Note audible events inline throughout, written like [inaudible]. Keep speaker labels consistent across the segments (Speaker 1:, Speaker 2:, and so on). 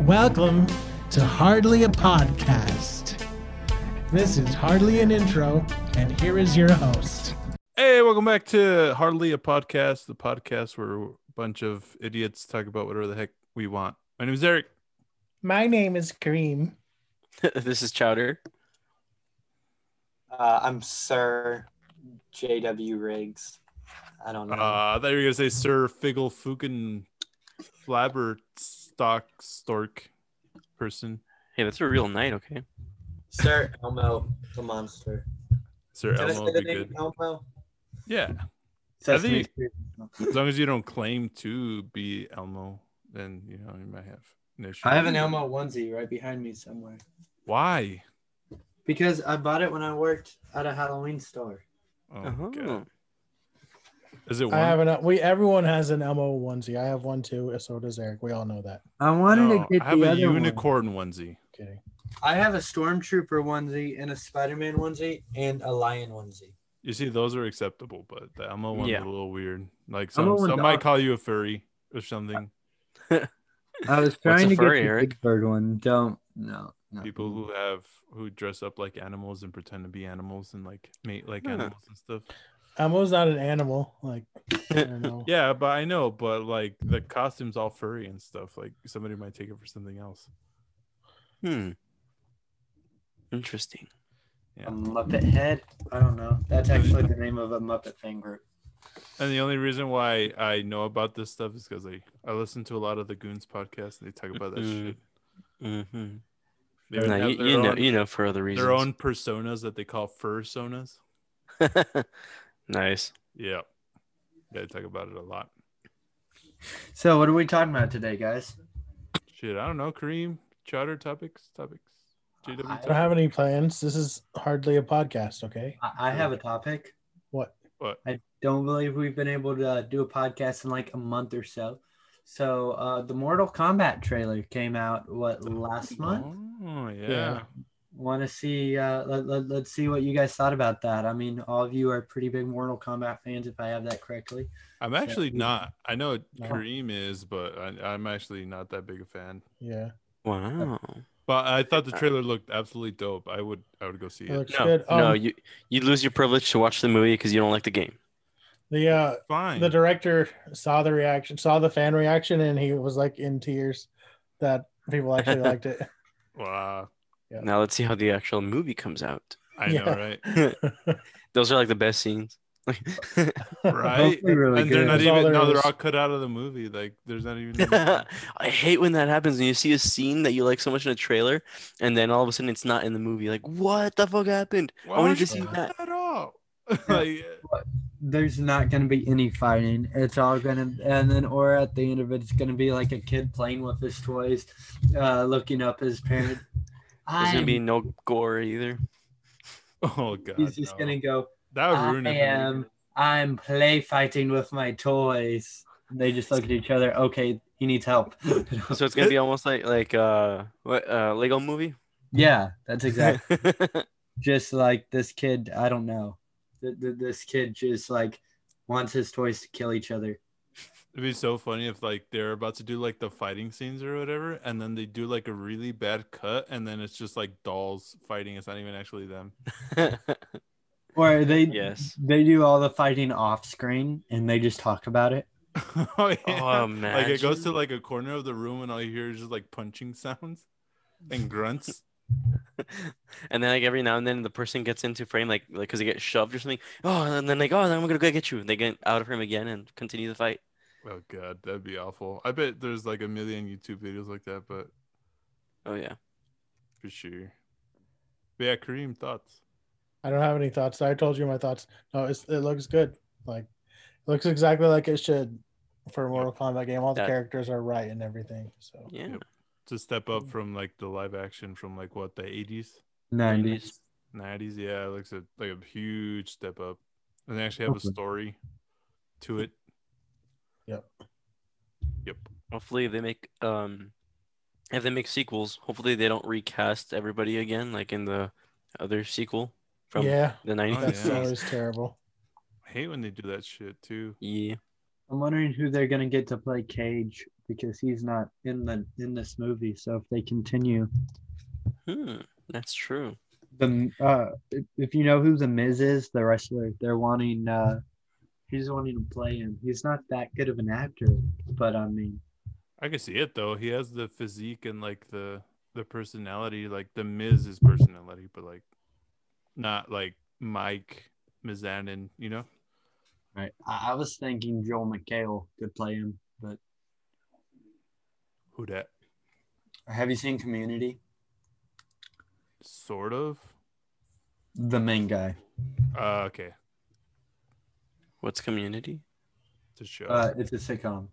Speaker 1: Welcome to Hardly a Podcast. This is Hardly an Intro, and here is your host.
Speaker 2: Hey, welcome back to Hardly a Podcast, the podcast where a bunch of idiots talk about whatever the heck we want. My name is Eric.
Speaker 1: My name is Kareem.
Speaker 3: [laughs] this is Chowder.
Speaker 4: Uh, I'm Sir J.W. Riggs. I don't
Speaker 2: Uh,
Speaker 4: know.
Speaker 2: I thought you were going to say Sir Figgle Fukin Flabberstock Stork person.
Speaker 3: Hey, that's a real night, okay?
Speaker 4: Sir Elmo the monster.
Speaker 2: Sir
Speaker 4: Can
Speaker 2: Elmo
Speaker 4: I say
Speaker 2: would
Speaker 4: the
Speaker 2: be
Speaker 4: name
Speaker 2: good.
Speaker 4: Elmo?
Speaker 2: Yeah.
Speaker 4: Sesame
Speaker 2: think- As long as you don't claim to be Elmo, then you know you might have an issue.
Speaker 4: I have an Elmo onesie right behind me somewhere
Speaker 2: Why?
Speaker 4: because I bought it when I worked at a Halloween store.
Speaker 2: Oh,
Speaker 3: Uh-huh.
Speaker 2: God. Is it one?
Speaker 1: I have an we everyone has an Elmo onesie. I have one too, so does Eric. We all know that.
Speaker 4: I wanted
Speaker 2: No,
Speaker 4: to get
Speaker 2: I have
Speaker 4: the
Speaker 2: a
Speaker 4: other
Speaker 2: unicorn onesie.
Speaker 1: Kidding.
Speaker 4: one. I have a stormtrooper onesie and a Spider-Man onesie and a lion onesie.
Speaker 2: You see, those are acceptable, but the Elmo one's
Speaker 3: Yeah.
Speaker 2: a little weird. Like
Speaker 4: Elmo
Speaker 2: some,
Speaker 4: one's
Speaker 2: some might
Speaker 4: awesome.
Speaker 2: call you a furry or something.
Speaker 4: I was
Speaker 3: a
Speaker 4: trying to
Speaker 3: furry,
Speaker 4: get the
Speaker 3: Eric?
Speaker 4: big bird one. Don't no. no.
Speaker 2: People who have who dress up like animals and pretend to be animals and like mate like
Speaker 3: Huh.
Speaker 2: animals and stuff.
Speaker 1: Elmo's not an animal. Like, I don't
Speaker 2: [laughs]
Speaker 1: know.
Speaker 2: Yeah, but I know, but like the costume's all furry and stuff. Like somebody might take it for something else.
Speaker 3: Hmm. Interesting.
Speaker 4: A Muppet head? I don't know. That's actually the name of a Muppet fan group.
Speaker 2: And the only reason why I know about this stuff is because I I listen to a lot of the Goons podcast and they talk about that
Speaker 3: Mm. [laughs]
Speaker 2: shit.
Speaker 3: Mm-hmm.
Speaker 2: They would have
Speaker 3: you,
Speaker 2: their
Speaker 3: you know,
Speaker 2: own-
Speaker 3: you know, for other reasons.
Speaker 2: their own personas that they call fursonas.
Speaker 3: [laughs] nice.
Speaker 2: Yeah, yeah, they talk about it a lot.
Speaker 4: So, what are we talking about today, guys?
Speaker 2: Shit, I don't know. Kareem, chowder topics, topics. JW
Speaker 4: I-
Speaker 1: I don't
Speaker 2: topics.
Speaker 1: have any plans. This is hardly a podcast, okay?
Speaker 4: I, I have a topic.
Speaker 1: What?
Speaker 2: What?
Speaker 4: I don't believe we've been able to uh, do a podcast in like a month or so. So, uh, the Mortal Kombat trailer came out what last month.
Speaker 2: Oh yeah.
Speaker 1: Yeah.
Speaker 4: Want to see? Uh, let, let, let's see what you guys thought about that. I mean, all of you are pretty big Mortal Kombat fans, if I have that correctly.
Speaker 2: I'm actually
Speaker 4: Yeah.
Speaker 2: not. I know
Speaker 1: No.
Speaker 2: Kareem is, but I, I'm actually not that big a fan.
Speaker 1: Yeah.
Speaker 3: Wow.
Speaker 2: But I thought the trailer looked absolutely dope. I would, I would go see
Speaker 1: It
Speaker 2: it.
Speaker 1: looks
Speaker 3: No,
Speaker 1: good.
Speaker 3: no,
Speaker 1: Um,
Speaker 3: you you lose your privilege to watch the movie because you don't like the game.
Speaker 1: the uh
Speaker 2: Fine.
Speaker 1: the director saw the reaction, saw the fan reaction, and he was like in tears that people actually liked it. [laughs]
Speaker 2: wow.
Speaker 1: Yeah.
Speaker 3: Now let's see how the actual movie comes
Speaker 1: [laughs]
Speaker 3: out. [laughs]
Speaker 2: I know,
Speaker 1: Yeah.
Speaker 2: right?
Speaker 3: Those are like the best scenes. [laughs]
Speaker 2: Right.
Speaker 4: Hopefully really
Speaker 2: and they're
Speaker 4: good.
Speaker 2: not e-
Speaker 1: That's all
Speaker 2: even.
Speaker 1: there
Speaker 2: No,
Speaker 1: is.
Speaker 2: they're all cut out of the movie. Like, there's not even.
Speaker 3: I hate when that happens and you see a scene that you like so much in a trailer, and then all of a sudden it's not in the movie. Like, what the fuck happened?
Speaker 2: Why
Speaker 3: wanted
Speaker 2: would
Speaker 3: to
Speaker 2: you
Speaker 3: see
Speaker 2: cut
Speaker 3: that.
Speaker 2: at [laughs] all. like,
Speaker 4: there's not going to be any fighting. It's all going to, and then, or at the end of it, it's going to be like a kid playing with his toys, uh, looking up
Speaker 2: [laughs]
Speaker 4: his parents.
Speaker 3: There's
Speaker 4: I
Speaker 3: gonna be no gore either.
Speaker 2: oh god.
Speaker 4: he's
Speaker 2: no.
Speaker 4: just going to go,
Speaker 2: That would ruin
Speaker 4: I
Speaker 2: it. for me.
Speaker 4: am, I'm play fighting with my toys. And they just look at each other. Okay, he needs help. [laughs] Uh,
Speaker 3: So it's gonna be almost like like uh what uh Lego movie.
Speaker 4: yeah, that's
Speaker 2: [laughs]
Speaker 4: exactly just like this kid. I don't know. Th- th- This kid just like wants his toys to kill each other.
Speaker 2: It'd be so funny if like they're about to do like the fighting scenes or whatever, and then they do like a really bad cut, and then it's just like dolls fighting. It's not even actually them. [laughs]
Speaker 4: Or they,
Speaker 3: [laughs] yes.
Speaker 4: They do all the fighting off screen and they just talk about it.
Speaker 2: oh,
Speaker 3: Oh,
Speaker 2: like it goes to
Speaker 3: imagine.
Speaker 2: like a corner of the room, and all you hear is just like punching [laughs] sounds and
Speaker 3: [laughs]
Speaker 2: grunts.
Speaker 3: And then like every now and then the person gets into frame like like because they get shoved or something. Oh, and then like oh, then I'm gonna go get you. And they get out of frame again and continue the fight.
Speaker 2: oh god, that'd be awful. I bet there's like a million YouTube videos like that, but
Speaker 3: Oh yeah.
Speaker 2: for sure. But yeah, Kareem, thoughts?
Speaker 1: I don't have any thoughts. I told you my thoughts. No, it's, it looks good. Like, it looks exactly like it should for a Mortal Kombat game. All the
Speaker 3: That-
Speaker 1: characters are right and everything. So
Speaker 3: Yeah.
Speaker 2: Yep. To step up
Speaker 3: Mm.
Speaker 2: from like the live action from like what the 80s. Mm-hmm.
Speaker 4: 90s.
Speaker 2: 90s yeah it looks a, like a huge step up and they actually have a
Speaker 4: Okay.
Speaker 2: story to it
Speaker 3: Hopefully they make um if they make sequels, hopefully they don't recast everybody again like in the other sequel from
Speaker 1: yeah,
Speaker 3: the 90s.
Speaker 2: Oh,
Speaker 1: that's
Speaker 2: yeah.
Speaker 1: always terrible.
Speaker 2: i hate when they do that shit too
Speaker 3: yeah.
Speaker 4: I'm wondering who they're gonna get to play Cage because he's not in the in this movie. So if they continue
Speaker 3: Hmm, that's true.
Speaker 4: the uh, if, if you know who the Miz is, the wrestler, they're wanting uh, he's wanting to play him. He's not that good of an actor, but I mean,
Speaker 2: I can see it though. He has the physique and like the the personality, like the Miz's personality, but like not like Mike Mizanin, you know?
Speaker 4: right? I, I was thinking Joel McHale could play him, but
Speaker 2: Who that?
Speaker 4: have you seen Community?
Speaker 2: Sort of.
Speaker 4: The main guy.
Speaker 2: Uh, okay.
Speaker 3: What's community?
Speaker 2: To show.
Speaker 4: Uh, it's a sitcom.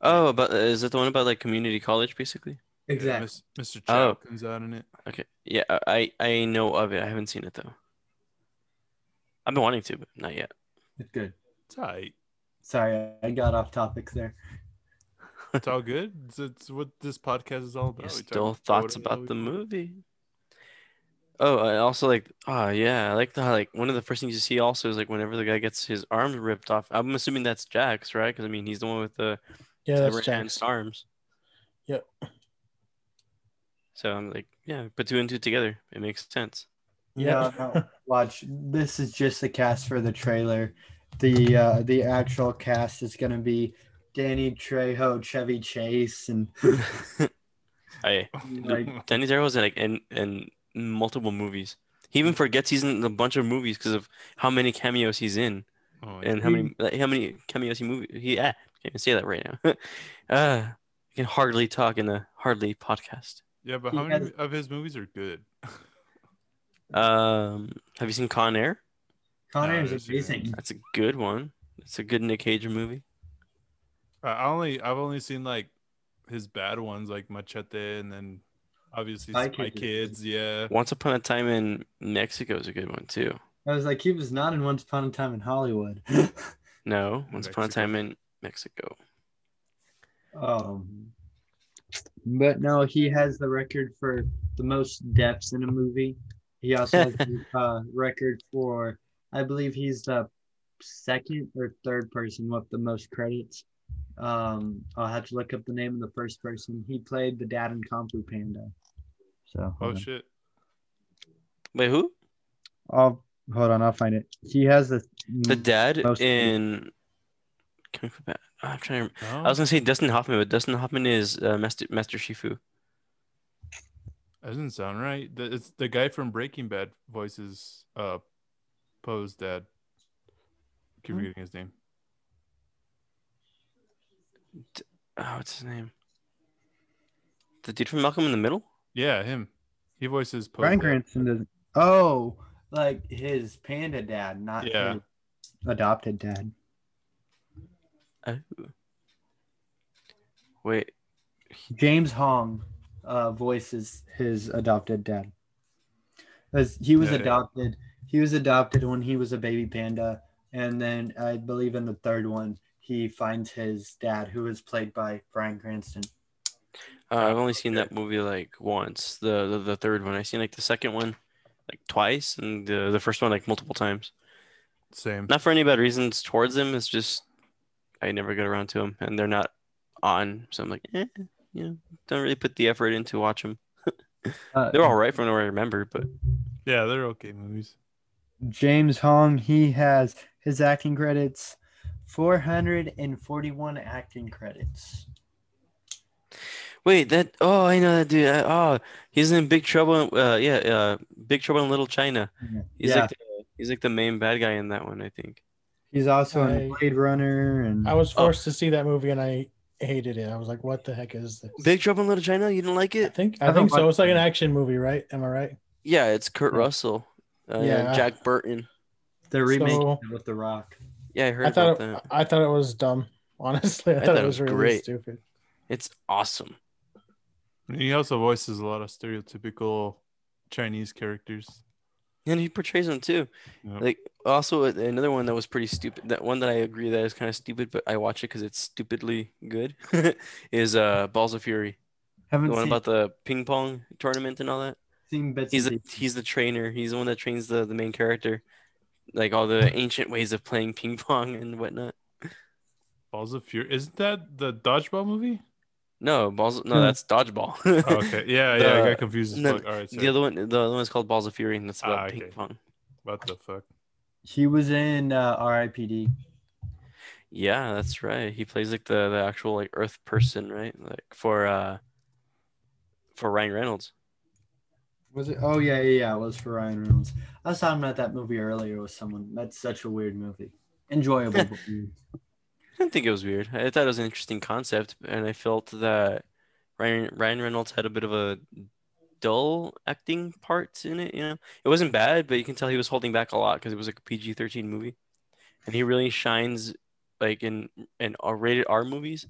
Speaker 3: Oh, about is it the one about like community college basically?
Speaker 2: Yeah, Mis- Mr. Chow
Speaker 3: Oh.
Speaker 2: comes out in it.
Speaker 3: Okay. Yeah, uh, I I I know of it. I haven't seen it though. I've been wanting to, but not yet.
Speaker 4: It's good.
Speaker 2: Tight.
Speaker 4: Sorry, I got off topic there.
Speaker 2: It's all good. It's, it's what this podcast is all about.
Speaker 3: Yeah,
Speaker 2: We talk
Speaker 3: still
Speaker 2: about
Speaker 3: thoughts
Speaker 2: whatever
Speaker 3: about
Speaker 2: we
Speaker 3: the
Speaker 2: want.
Speaker 3: movie. Oh, I also like. Oh yeah, I like the how, like one of the first things you see also is like whenever the guy gets his arms ripped off. I'm assuming that's Jax, right? Because I mean, he's the one with the
Speaker 1: Yeah, that's
Speaker 3: Tyrannus
Speaker 1: Jax.
Speaker 3: arms.
Speaker 1: Yep.
Speaker 3: So I'm like, yeah, put two and two together. It makes sense.
Speaker 1: Yeah.
Speaker 4: No, no. Watch. This is just the cast for the trailer. The uh, the actual cast is gonna be Danny Trejo, Chevy Chase, and
Speaker 3: I
Speaker 4: like
Speaker 3: Danny Darrow in like in in multiple movies. He even forgets he's in a bunch of movies because of how many cameos he's in
Speaker 2: [laughs] Oh, yeah.
Speaker 3: and how many like, how many cameos he movie he ah, can't even say that right now. [laughs] uh, I can hardly talk in the hardly podcast.
Speaker 2: yeah, but
Speaker 4: he
Speaker 2: how many
Speaker 4: has-
Speaker 2: of his movies are good?
Speaker 3: Um, have you seen Con Air?
Speaker 4: Connor is
Speaker 2: that's
Speaker 4: amazing.
Speaker 3: That's a good one. It's a good Nick Cage movie.
Speaker 2: I- I only I've only seen like his bad ones like Machete and then obviously
Speaker 4: Spy
Speaker 2: Spy,
Speaker 4: Kids is good.
Speaker 2: Kids. Yeah,
Speaker 3: Once Upon a Time in Mexico is a good one too.
Speaker 4: I was like, he was not in Once Upon a Time in Hollywood. [laughs]
Speaker 3: No, Once Upon a
Speaker 2: Mexico.
Speaker 3: Time in Mexico.
Speaker 4: um, but no, he has the record for the most deaths in a movie. He also has the uh, record for, I believe he's the second or third person with the most credits. Um, I'll have to look up the name of the first person. He played the dad in Kung Fu Panda. So
Speaker 2: Oh
Speaker 4: hold on.
Speaker 2: shit.
Speaker 3: Wait, who?
Speaker 4: I'll hold on. I'll find it. He has the
Speaker 3: The
Speaker 4: Mm,
Speaker 3: dad
Speaker 4: Most-
Speaker 3: in. Can we put back? I'm trying to. I
Speaker 2: No?
Speaker 3: was gonna say Dustin Hoffman, but Dustin Hoffman is uh, Master Master Shifu.
Speaker 2: That doesn't sound right. The- It's the guy from Breaking Bad voices uh Poe's dad. Keep
Speaker 3: Hmm.
Speaker 2: forgetting his name.
Speaker 3: Oh, what's his name? The dude from Malcolm in the Middle.
Speaker 2: Yeah, him. He voices Poe's
Speaker 4: Brian
Speaker 2: dad.
Speaker 4: Cranston doesn't. Oh, like his panda dad, not
Speaker 2: Yeah.
Speaker 4: his adopted dad.
Speaker 3: Oh. Wait,
Speaker 4: James Hong uh, voices his adopted dad. As he was
Speaker 2: Yeah.
Speaker 4: adopted, he was adopted when he was a baby panda, and then I believe in the third one he finds his dad, who is played by Brian Cranston.
Speaker 3: uh, I've only seen that movie like once. The, the the third one. I've seen like the second one, like twice, and the the first one like multiple times.
Speaker 2: Same.
Speaker 3: Not for any bad reasons towards them. It's just I never get around to them, and they're not on. So I'm like, eh, you know, don't really put the effort in to watch them.
Speaker 4: Uh,
Speaker 3: They're all right from what I remember, but
Speaker 2: Yeah, they're okay movies.
Speaker 4: James Hong, he has his acting credits, four hundred and forty-one acting credits.
Speaker 3: Wait, that oh, I know that dude. I, oh, he's in Big Trouble. in- Uh, yeah, uh, Big Trouble in Little China. He's
Speaker 4: yeah,
Speaker 3: like the, he's like the main bad guy in that one, I think.
Speaker 4: he's also in
Speaker 1: I-
Speaker 4: Blade Runner and
Speaker 1: I was
Speaker 3: Oh.
Speaker 1: forced to see that movie and I hated it. I was like, what the heck is this?
Speaker 3: Big Trouble in Little China. You didn't like
Speaker 1: I
Speaker 3: it?
Speaker 1: think
Speaker 4: I
Speaker 1: I
Speaker 4: don't
Speaker 1: think so.
Speaker 4: like-
Speaker 1: It's like an action movie, right? Am I right?
Speaker 3: Yeah, it's Kurt Russell. Uh,
Speaker 1: Yeah.
Speaker 3: Jack Burton.
Speaker 4: they're remaking
Speaker 1: So-
Speaker 4: it with The Rock.
Speaker 3: Yeah, I heard
Speaker 1: I thought
Speaker 3: about
Speaker 1: it,
Speaker 3: that.
Speaker 1: I thought it was dumb. [laughs] Honestly, I, thought, it was, really
Speaker 3: great.
Speaker 1: stupid.
Speaker 3: It's awesome.
Speaker 2: And he also voices a lot of stereotypical Chinese characters.
Speaker 3: And he portrays them too.
Speaker 2: Yep.
Speaker 3: Like also a- another one that was pretty stupid. That one that I agree that is kind of stupid, but I watch it because it's stupidly good. [laughs] is uh Balls of Fury, the
Speaker 4: Haven't
Speaker 3: one
Speaker 4: seen,
Speaker 3: about the ping pong tournament and all that.
Speaker 4: seen bits
Speaker 3: he's
Speaker 4: and
Speaker 3: the, he's the trainer. He's the one that trains the, the main character, like all the ancient ways of playing ping pong and whatnot.
Speaker 2: Balls of Fury. Isn't that the dodgeball movie?
Speaker 3: No, balls. No,
Speaker 4: Hmm.
Speaker 3: that's dodgeball. [laughs]
Speaker 2: Oh, okay. Yeah, yeah. I
Speaker 3: The-
Speaker 2: got confused. As
Speaker 3: no,
Speaker 2: fuck. All right.
Speaker 3: The
Speaker 2: Sorry.
Speaker 3: other one, the other one is called Balls of Fury, and that's about
Speaker 2: Ah,
Speaker 3: ping
Speaker 2: okay.
Speaker 3: pong.
Speaker 2: What the fuck?
Speaker 4: He was in uh, R.I.P.D.
Speaker 3: Yeah, that's right. He plays like the the actual like Earth person, right? Like for uh for Ryan Reynolds.
Speaker 4: Was it? Oh yeah, yeah, yeah. It was for Ryan Reynolds. I was talking about that movie earlier with someone. That's such a weird movie.
Speaker 3: [laughs]
Speaker 4: Enjoyable. but weird.
Speaker 3: I didn't think it was weird. I thought it was an interesting concept, and I felt that Ryan Ryan Reynolds had a bit of a dull acting parts in it. You know, it wasn't bad, but you can tell he was holding back a lot because it was like a PG thirteen movie, and he really shines like in in R- rated R movies,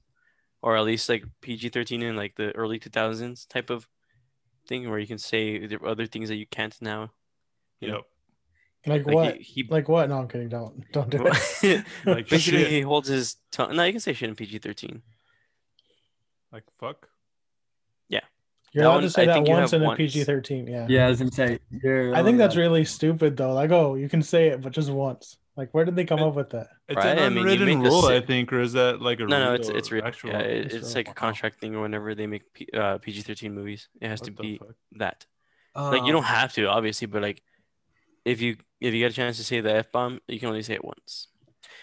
Speaker 3: or at least like PG thirteen in like the early two thousands type of thing where you can say there are other things that you can't now. Yeah.
Speaker 2: Yep.
Speaker 1: Like,
Speaker 3: Like
Speaker 1: what?
Speaker 3: he, he
Speaker 1: like what? No, I'm kidding. Don't don't do it. [laughs]
Speaker 3: [laughs]
Speaker 2: Like
Speaker 3: basically
Speaker 2: shit.
Speaker 3: he holds his tongue. No, you can say shit in PG thirteen.
Speaker 2: Like fuck.
Speaker 1: You're
Speaker 3: That
Speaker 1: allowed
Speaker 3: one-
Speaker 1: to say
Speaker 3: I
Speaker 1: that
Speaker 3: think you
Speaker 1: once
Speaker 3: have
Speaker 1: in a
Speaker 3: once.
Speaker 1: PG-13. Yeah.
Speaker 4: yeah, I was gonna say. You're
Speaker 1: I think that's
Speaker 4: right.
Speaker 1: really stupid though. Like, oh, you can say it, but just once. Like, where did they come up with that?
Speaker 2: It's
Speaker 3: Right, I
Speaker 2: an
Speaker 3: mean, you
Speaker 2: unwritten
Speaker 3: made the
Speaker 2: rule, I
Speaker 3: si-
Speaker 2: think, or is that like a
Speaker 3: No, no,
Speaker 2: rule
Speaker 3: it's it's
Speaker 2: or
Speaker 3: real.
Speaker 2: actual.
Speaker 3: Yeah, it-
Speaker 1: it's
Speaker 3: it's,
Speaker 1: real.
Speaker 3: like
Speaker 1: Wow.
Speaker 3: a contract thing. Whenever they make P, uh, PG thirteen movies, it has to
Speaker 2: What the
Speaker 3: be
Speaker 2: fuck? Oh.
Speaker 3: that. Like you don't have to, obviously, but like if you if you get a chance to say the f bomb, you can only say it once,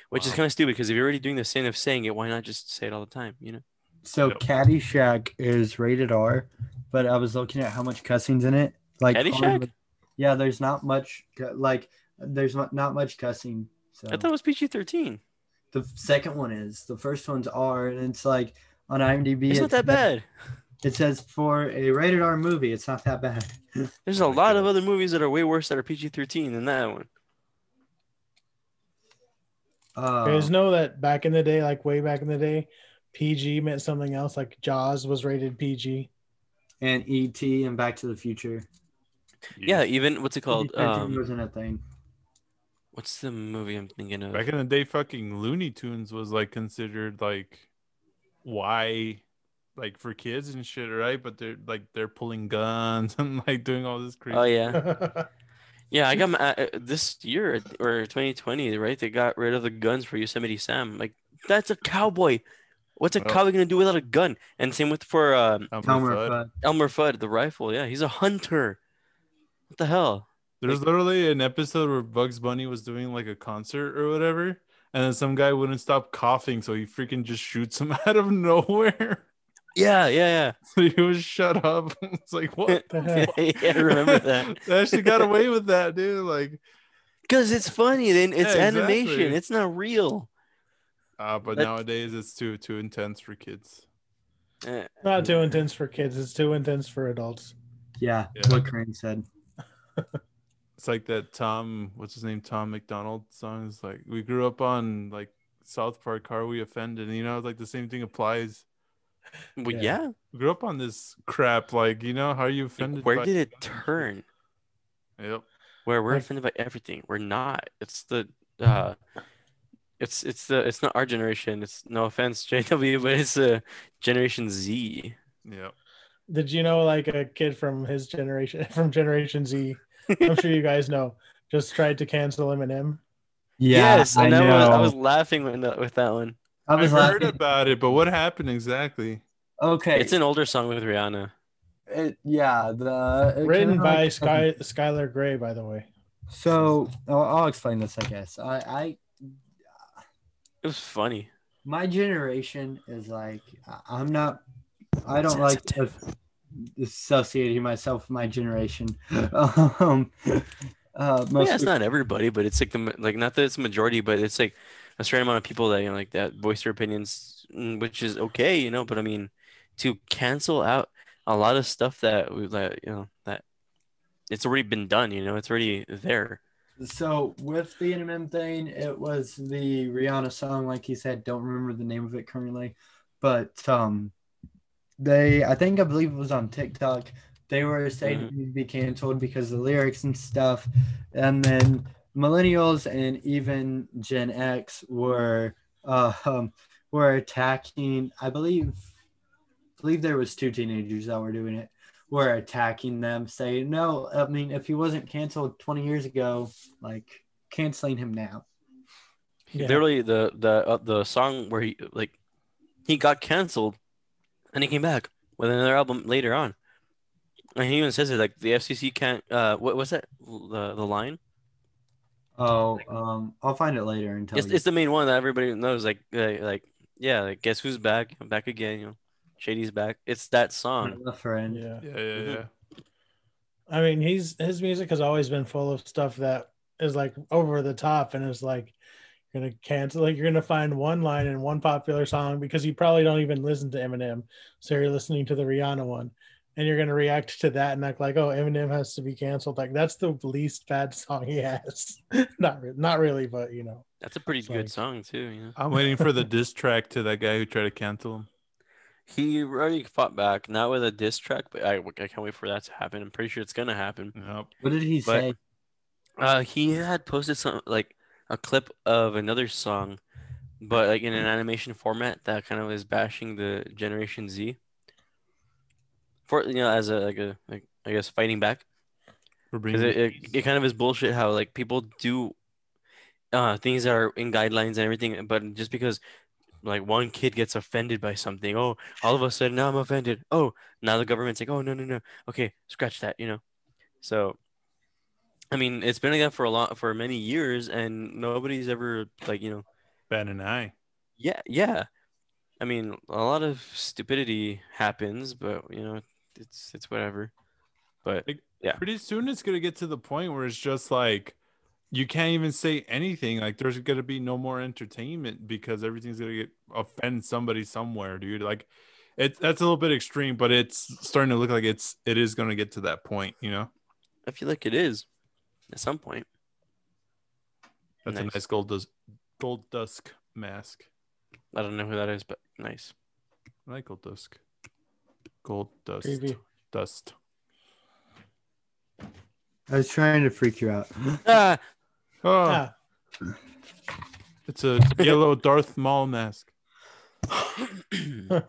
Speaker 3: which is
Speaker 2: Wow.
Speaker 3: kind of stupid because if you're already doing the sin of saying it, why not just say it all the time? You know?
Speaker 4: So
Speaker 2: Yep.
Speaker 4: Caddyshack is rated R, but I was looking at how much cussing's in it. Like
Speaker 3: Caddyshack?
Speaker 4: Yeah, there's not much. cu- Like there's not not much cussing. So
Speaker 3: I thought it was PG thirteen.
Speaker 4: the second one is the first one's R, and it's like on IMDb.
Speaker 3: It's
Speaker 4: it
Speaker 3: not that
Speaker 4: says-
Speaker 3: bad.
Speaker 4: It says for a rated R movie, it's not that bad. [laughs]
Speaker 3: There's
Speaker 2: Oh
Speaker 3: a
Speaker 2: my
Speaker 3: lot of
Speaker 2: God.
Speaker 3: other movies that are way worse that are PG thirteen than that one.
Speaker 4: Uh,
Speaker 1: You guys know that back in the day, like way back in the day, PG meant something else. Like Jaws was rated [laughs] PG.
Speaker 4: and ET and Back to the Future.
Speaker 3: Yeah,
Speaker 2: Jeez.
Speaker 3: even what's it called?
Speaker 4: PG-13
Speaker 3: Um,
Speaker 4: wasn't a thing.
Speaker 3: What's the movie I'm thinking of?
Speaker 2: Back in the day, fucking Looney Tunes was like considered like why, like for kids and shit, right? But they're like they're pulling guns [laughs] and like doing all this crazy.
Speaker 3: Oh yeah,
Speaker 1: That's
Speaker 3: yeah. I got my, uh, this year or 2020, right? They got rid of the guns for Yosemite Sam. Like that's a cowboy. What's a
Speaker 2: Well-
Speaker 3: cowboy gonna do without a gun? And same with for um,
Speaker 2: Elmer
Speaker 4: Elmer
Speaker 2: Fudd.
Speaker 4: Fudd.
Speaker 3: Elmer Fudd, the rifle. Yeah, he's a hunter. What the hell?
Speaker 2: There's literally an episode where Bugs Bunny was doing like a concert or whatever, and then some guy wouldn't stop coughing, so he freaking just shoots him [laughs] out of nowhere. [laughs]
Speaker 3: Yeah, yeah,
Speaker 2: So he was shut up. [laughs] it's like what?
Speaker 1: The
Speaker 2: [laughs]
Speaker 3: yeah.
Speaker 1: heck?
Speaker 3: [laughs] yeah I remember that.
Speaker 2: they actually got away with that, dude. Like,
Speaker 3: Cause it's funny. Then it's
Speaker 2: Yeah,
Speaker 3: animation.
Speaker 2: exactly.
Speaker 3: It's not real.
Speaker 2: ah, but
Speaker 3: That-
Speaker 2: nowadays it's too too intense for kids.
Speaker 3: Uh,
Speaker 1: Not too intense for kids. It's too intense for adults.
Speaker 4: Yeah,
Speaker 2: Yeah.
Speaker 4: what Crane said.
Speaker 2: It's like that Tom, what's his name, Tom McDonald song. It's like we grew up on like South Park. Are we offended? And, you know, like the same thing applies.
Speaker 3: well,
Speaker 1: Yeah.
Speaker 3: yeah.
Speaker 2: We grew up on this crap. Like, you know, how are you
Speaker 3: Like,
Speaker 2: offended?
Speaker 3: where
Speaker 2: by-
Speaker 3: did it turn?
Speaker 2: Yep.
Speaker 3: where we're
Speaker 1: Like-
Speaker 3: offended by everything. We're not. It's the uh it's it's the it's not our generation. It's no offense, [laughs] JW, but it's uh generation Z.
Speaker 2: Yep.
Speaker 1: Did you know like a kid from his generation, [laughs] from Generation Z? I'm sure you guys know. Just tried to cancel Eminem.
Speaker 3: yes, and I, was, I was laughing with that, with that one.
Speaker 4: I
Speaker 2: I
Speaker 4: was
Speaker 2: heard
Speaker 4: laughing.
Speaker 2: about it, but what happened exactly?
Speaker 4: Okay,
Speaker 3: It's an older song with Rihanna.
Speaker 4: it, yeah, the it
Speaker 1: Written
Speaker 4: kinda
Speaker 1: by
Speaker 4: like-
Speaker 1: Sky Skylar Gray, by the way.
Speaker 4: So I'll, I'll explain this, I guess. I, I
Speaker 3: It was funny.
Speaker 4: my generation is like I- I'm not. I don't like as- associating myself with my generation. [laughs] um, uh,
Speaker 3: Well,
Speaker 4: most
Speaker 3: yeah, it's not everybody, but it's like the ma- like not that it's a majority, but it's like a certain amount of people that you know like that voice their opinions, mm, which is okay, you know. But I mean, to cancel out a lot of stuff that we that you know that it's already been done, you know, it's already there.
Speaker 4: So with the NMM thing, it was the Rihanna song, like he said. Don't remember the name of it currently, but um, they I think I believe it was on TikTok. They were saying it needed to be canceled because the lyrics and stuff, and then millennials and even Gen X were uh, um, were attacking. I believe believe there was two teenagers that were doing it. Were attacking them, saying no. I mean, if he wasn't canceled 20 years ago, like canceling him now.
Speaker 1: Yeah.
Speaker 3: Literally, the the uh, the song where he like he got canceled, and he came back with another album later on. And he even says it like the FCC can't. Uh, what was that? The the line.
Speaker 4: Oh, um, I'll find it later and tell
Speaker 3: It's,
Speaker 4: you.
Speaker 3: it's the main one that everybody knows. Like uh, like yeah, like guess who's back? I'm back again. You know, Shady's back. It's that
Speaker 1: Hmm.
Speaker 4: My
Speaker 3: song.
Speaker 4: left friend.
Speaker 1: Yeah.
Speaker 2: Yeah, yeah, yeah.
Speaker 1: I mean, he's his music has always been full of stuff that is like over the top and is like you're gonna cancel like you're gonna find one line in one popular song because you probably don't even listen to Eminem. So you're listening to the Rihanna one and you're gonna react to that and act like, oh, Eminem has to be canceled. Like that's the least bad [laughs] song he has. [laughs] not re- not really, but you know.
Speaker 3: That's a pretty
Speaker 1: It's
Speaker 3: good
Speaker 1: like-
Speaker 3: song too. You know,
Speaker 2: I'm waiting for the diss track to that guy who tried to cancel him.
Speaker 3: he already fought back, not with a diss track, but I I can't wait for that to happen. I'm pretty sure it's gonna happen.
Speaker 2: Nope.
Speaker 4: What did he
Speaker 3: But-
Speaker 4: say?
Speaker 3: Uh, he had posted some like a clip of another song, but like in an animation format that kind of is bashing the Generation Z. For you know, as a like a like, I guess fighting back
Speaker 2: For
Speaker 3: because
Speaker 2: bringing
Speaker 3: it, it,
Speaker 2: peace.
Speaker 3: it kind of is bullshit how like people do uh things that are in guidelines and everything, but just because like one kid gets offended by something, oh, all of a sudden now I'm offended. Oh, now the government's like, oh no no no, okay, scratch that, you know. So, I mean, it's been like that for a lot for many years, and nobody's ever like you know,
Speaker 2: Ben and I.
Speaker 3: yeah yeah. I mean, a lot of stupidity happens, but you know, it's it's whatever. But Yeah.
Speaker 2: Pretty soon it's gonna get to the point where it's just like you can't even say anything. Like there's gonna be no more entertainment because everything's gonna get offend somebody somewhere, dude. Like it's that's a little bit extreme, but it's starting to look like it's it is gonna get to that point, you know.
Speaker 3: I feel like it is at some point.
Speaker 2: That's
Speaker 3: Nice.
Speaker 2: a nice gold dus- gold dusk mask.
Speaker 3: I don't know who that is, but nice.
Speaker 2: I like gold dusk. Gold dust.
Speaker 1: Creepy.
Speaker 2: Dust.
Speaker 4: I was trying to freak you out.
Speaker 3: Ah,
Speaker 2: Oh,
Speaker 1: Ah,
Speaker 2: it's a [laughs] yellow Darth Maul mask.
Speaker 1: Ah.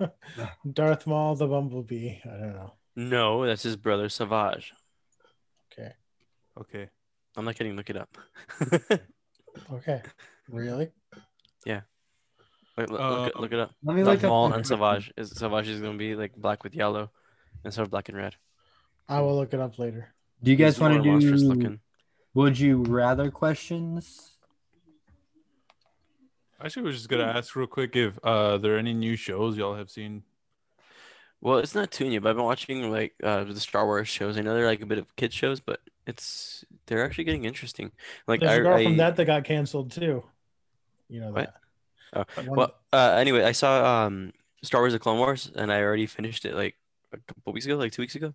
Speaker 1: Darth Maul the Bumblebee. I don't know.
Speaker 3: no, that's his brother Savage.
Speaker 1: Okay.
Speaker 2: Okay.
Speaker 3: I'm not kidding. Look it up. [laughs]
Speaker 1: Okay. Really?
Speaker 3: Look, look- look, it-
Speaker 2: Um,
Speaker 3: look it up.
Speaker 4: [laughs] Let me
Speaker 3: Darth
Speaker 4: look
Speaker 3: Maul
Speaker 4: up.
Speaker 3: and Savage is Savage is gonna be like black with yellow, instead of black and red.
Speaker 1: I will look it up later.
Speaker 4: Do you guys
Speaker 3: He's more
Speaker 4: want to do
Speaker 3: monstrous looking.
Speaker 4: would you rather questions?
Speaker 2: Actually, I was just gonna ask real quick if uh, there are any new shows y'all have seen.
Speaker 3: Well, it's not too new, but I've been watching like uh, the Star Wars shows. I know they're like a bit of kid shows, but it's they're actually getting interesting. Like
Speaker 1: There's
Speaker 3: I,
Speaker 1: a girl
Speaker 3: I
Speaker 1: from that that got canceled too. You know
Speaker 3: What?
Speaker 1: that.
Speaker 3: Oh,
Speaker 1: One-
Speaker 3: well, uh, anyway, I saw um Star Wars: The Clone Wars, and I already finished it like a couple weeks ago, like two weeks ago,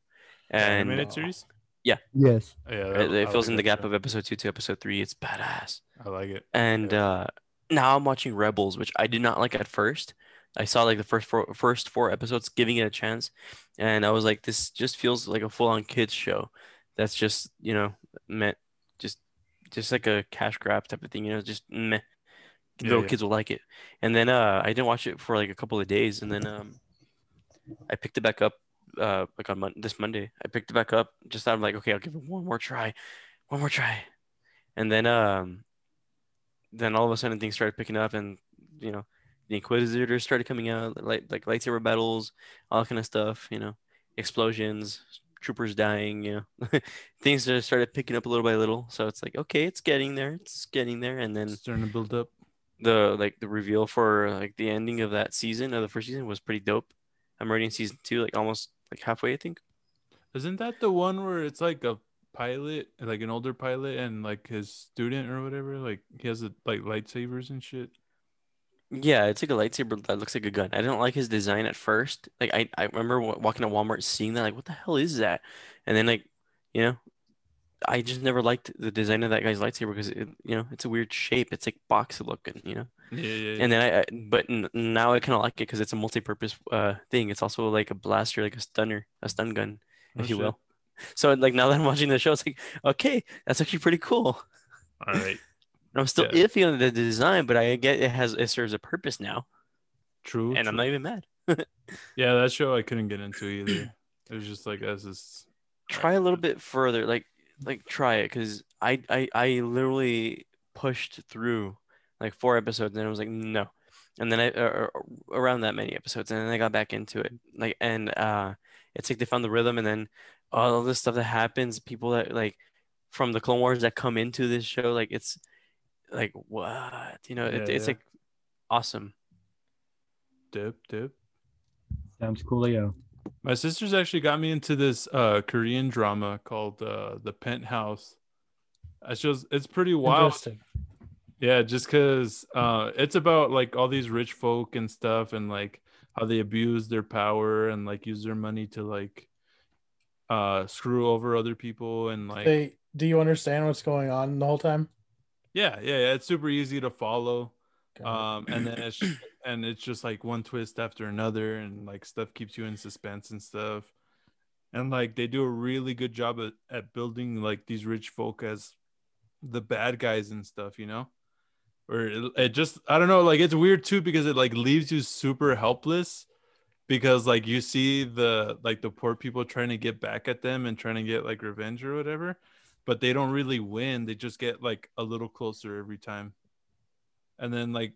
Speaker 3: and
Speaker 2: Animated
Speaker 1: uh,
Speaker 2: series.
Speaker 4: Yes.
Speaker 2: Oh, yeah,
Speaker 3: It,
Speaker 2: that-
Speaker 3: it
Speaker 2: I
Speaker 3: fills
Speaker 2: like
Speaker 3: in the
Speaker 2: that
Speaker 3: gap
Speaker 2: show.
Speaker 3: of episode two to episode three. It's badass.
Speaker 2: I like it.
Speaker 3: And uh, now I'm watching Rebels, which I did not like at first. I saw like the first four, first four episodes, giving it a chance, and I was like, this just feels like a full on kids show. That's just you know meant just just like a cash grab type of thing. You know, just meh.
Speaker 2: Yeah,
Speaker 3: Little
Speaker 2: yeah.
Speaker 3: kids will like it. And then uh, I didn't watch it for like a couple of days, and then um, I picked it back up uh like on mon- this Monday. I picked it back up just I'm like, okay, I'll give it one more try, one more try, and then um, then all of a sudden things started picking up, and you know, the Inquisitors started coming out, like like lightsaber battles, all that kind of stuff, you know, explosions, troopers dying, you know, [laughs] things just started picking up little by little. So it's like, okay, it's getting there, it's getting there, and then
Speaker 2: It's starting to build up.
Speaker 3: the like the reveal for like the ending of that season of the first season was pretty dope. I'm already in season two, like almost like halfway, I think.
Speaker 2: Isn't that the one where it's like a pilot, like an older pilot, and like his student or whatever? Like he has a, like lightsabers and shit.
Speaker 3: Yeah, it's like a lightsaber that looks like a gun. I didn't like his design at first. Like I, I remember wa- walking to Walmart seeing that, like, what the hell is that? And then like, you know, I just never liked the design of that guy's lightsaber because it, you know, it's a weird shape. It's like box looking, you know.
Speaker 2: Yeah, yeah.
Speaker 3: And then I, I but n now I kind of like it because it's a multi-purpose uh thing. It's also like a blaster, like a stunner, a stun gun,
Speaker 2: Oh,
Speaker 3: if you
Speaker 2: shit.
Speaker 3: will. So like now that I'm watching the show, it's like, okay, that's actually pretty cool.
Speaker 2: All [laughs] right.
Speaker 3: And I'm still
Speaker 2: Yeah.
Speaker 3: iffy on the design, but I get it has it serves a purpose now,
Speaker 2: True.
Speaker 3: and I'm
Speaker 2: true.
Speaker 3: not even mad.
Speaker 2: Yeah, that show I couldn't get into either. It was just like this is
Speaker 3: try a little bit further like like try it because I, I i literally pushed through like four episodes, and I was like, no. And then I or, or around that many episodes, and then I got back into it. Like, and uh, it's like they found the rhythm, and then all this stuff that happens, people that like from the Clone Wars that come into this show, like it's like what you know, it,
Speaker 2: Yeah,
Speaker 3: it's
Speaker 2: yeah.
Speaker 3: like awesome.
Speaker 2: Dip, dip.
Speaker 4: Sounds coolio.
Speaker 2: My sister's actually got me into this uh, Korean drama called uh, The Penthouse. It's just it's pretty wild.
Speaker 1: Interesting.
Speaker 2: Yeah, just because uh, it's about like all these rich folk and stuff, and like how they abuse their power and like use their money to like uh, screw over other people and like
Speaker 1: They, do you understand what's going on the whole time?
Speaker 2: yeah, yeah, yeah. It's super easy to follow.
Speaker 3: Uh,
Speaker 2: um and then it's just, and it's just like one twist after another and like stuff keeps you in suspense and stuff and like they do a really good job at, at building like these rich folk as the bad guys and stuff you know or it, it just i don't know like it's weird too because it like leaves you super helpless because like you see the like the poor people trying to get back at them and trying to get like revenge or whatever but they don't really win they just get like a little closer every time and then like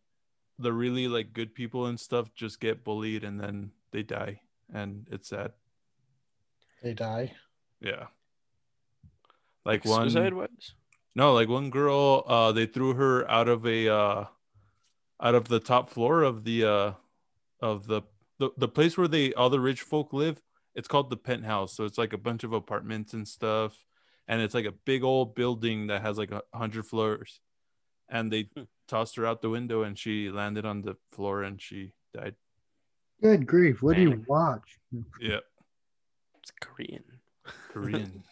Speaker 2: the really like good people and stuff just get bullied and then they die and it's sad
Speaker 1: They die.
Speaker 2: yeah like one
Speaker 3: suicide was.
Speaker 2: no like one girl uh they threw her out of a uh out of the top floor of the uh of the the, the place where they all the rich folk live it's called the penthouse so it's like a bunch of apartments and stuff and it's like a big old building that has like a hundred floors and they
Speaker 3: Hmm.
Speaker 2: tossed her out the window and she landed on the floor and she died
Speaker 4: Good grief. What do you
Speaker 3: Dang.
Speaker 4: watch?
Speaker 2: yeah
Speaker 3: It's Korean.
Speaker 2: korean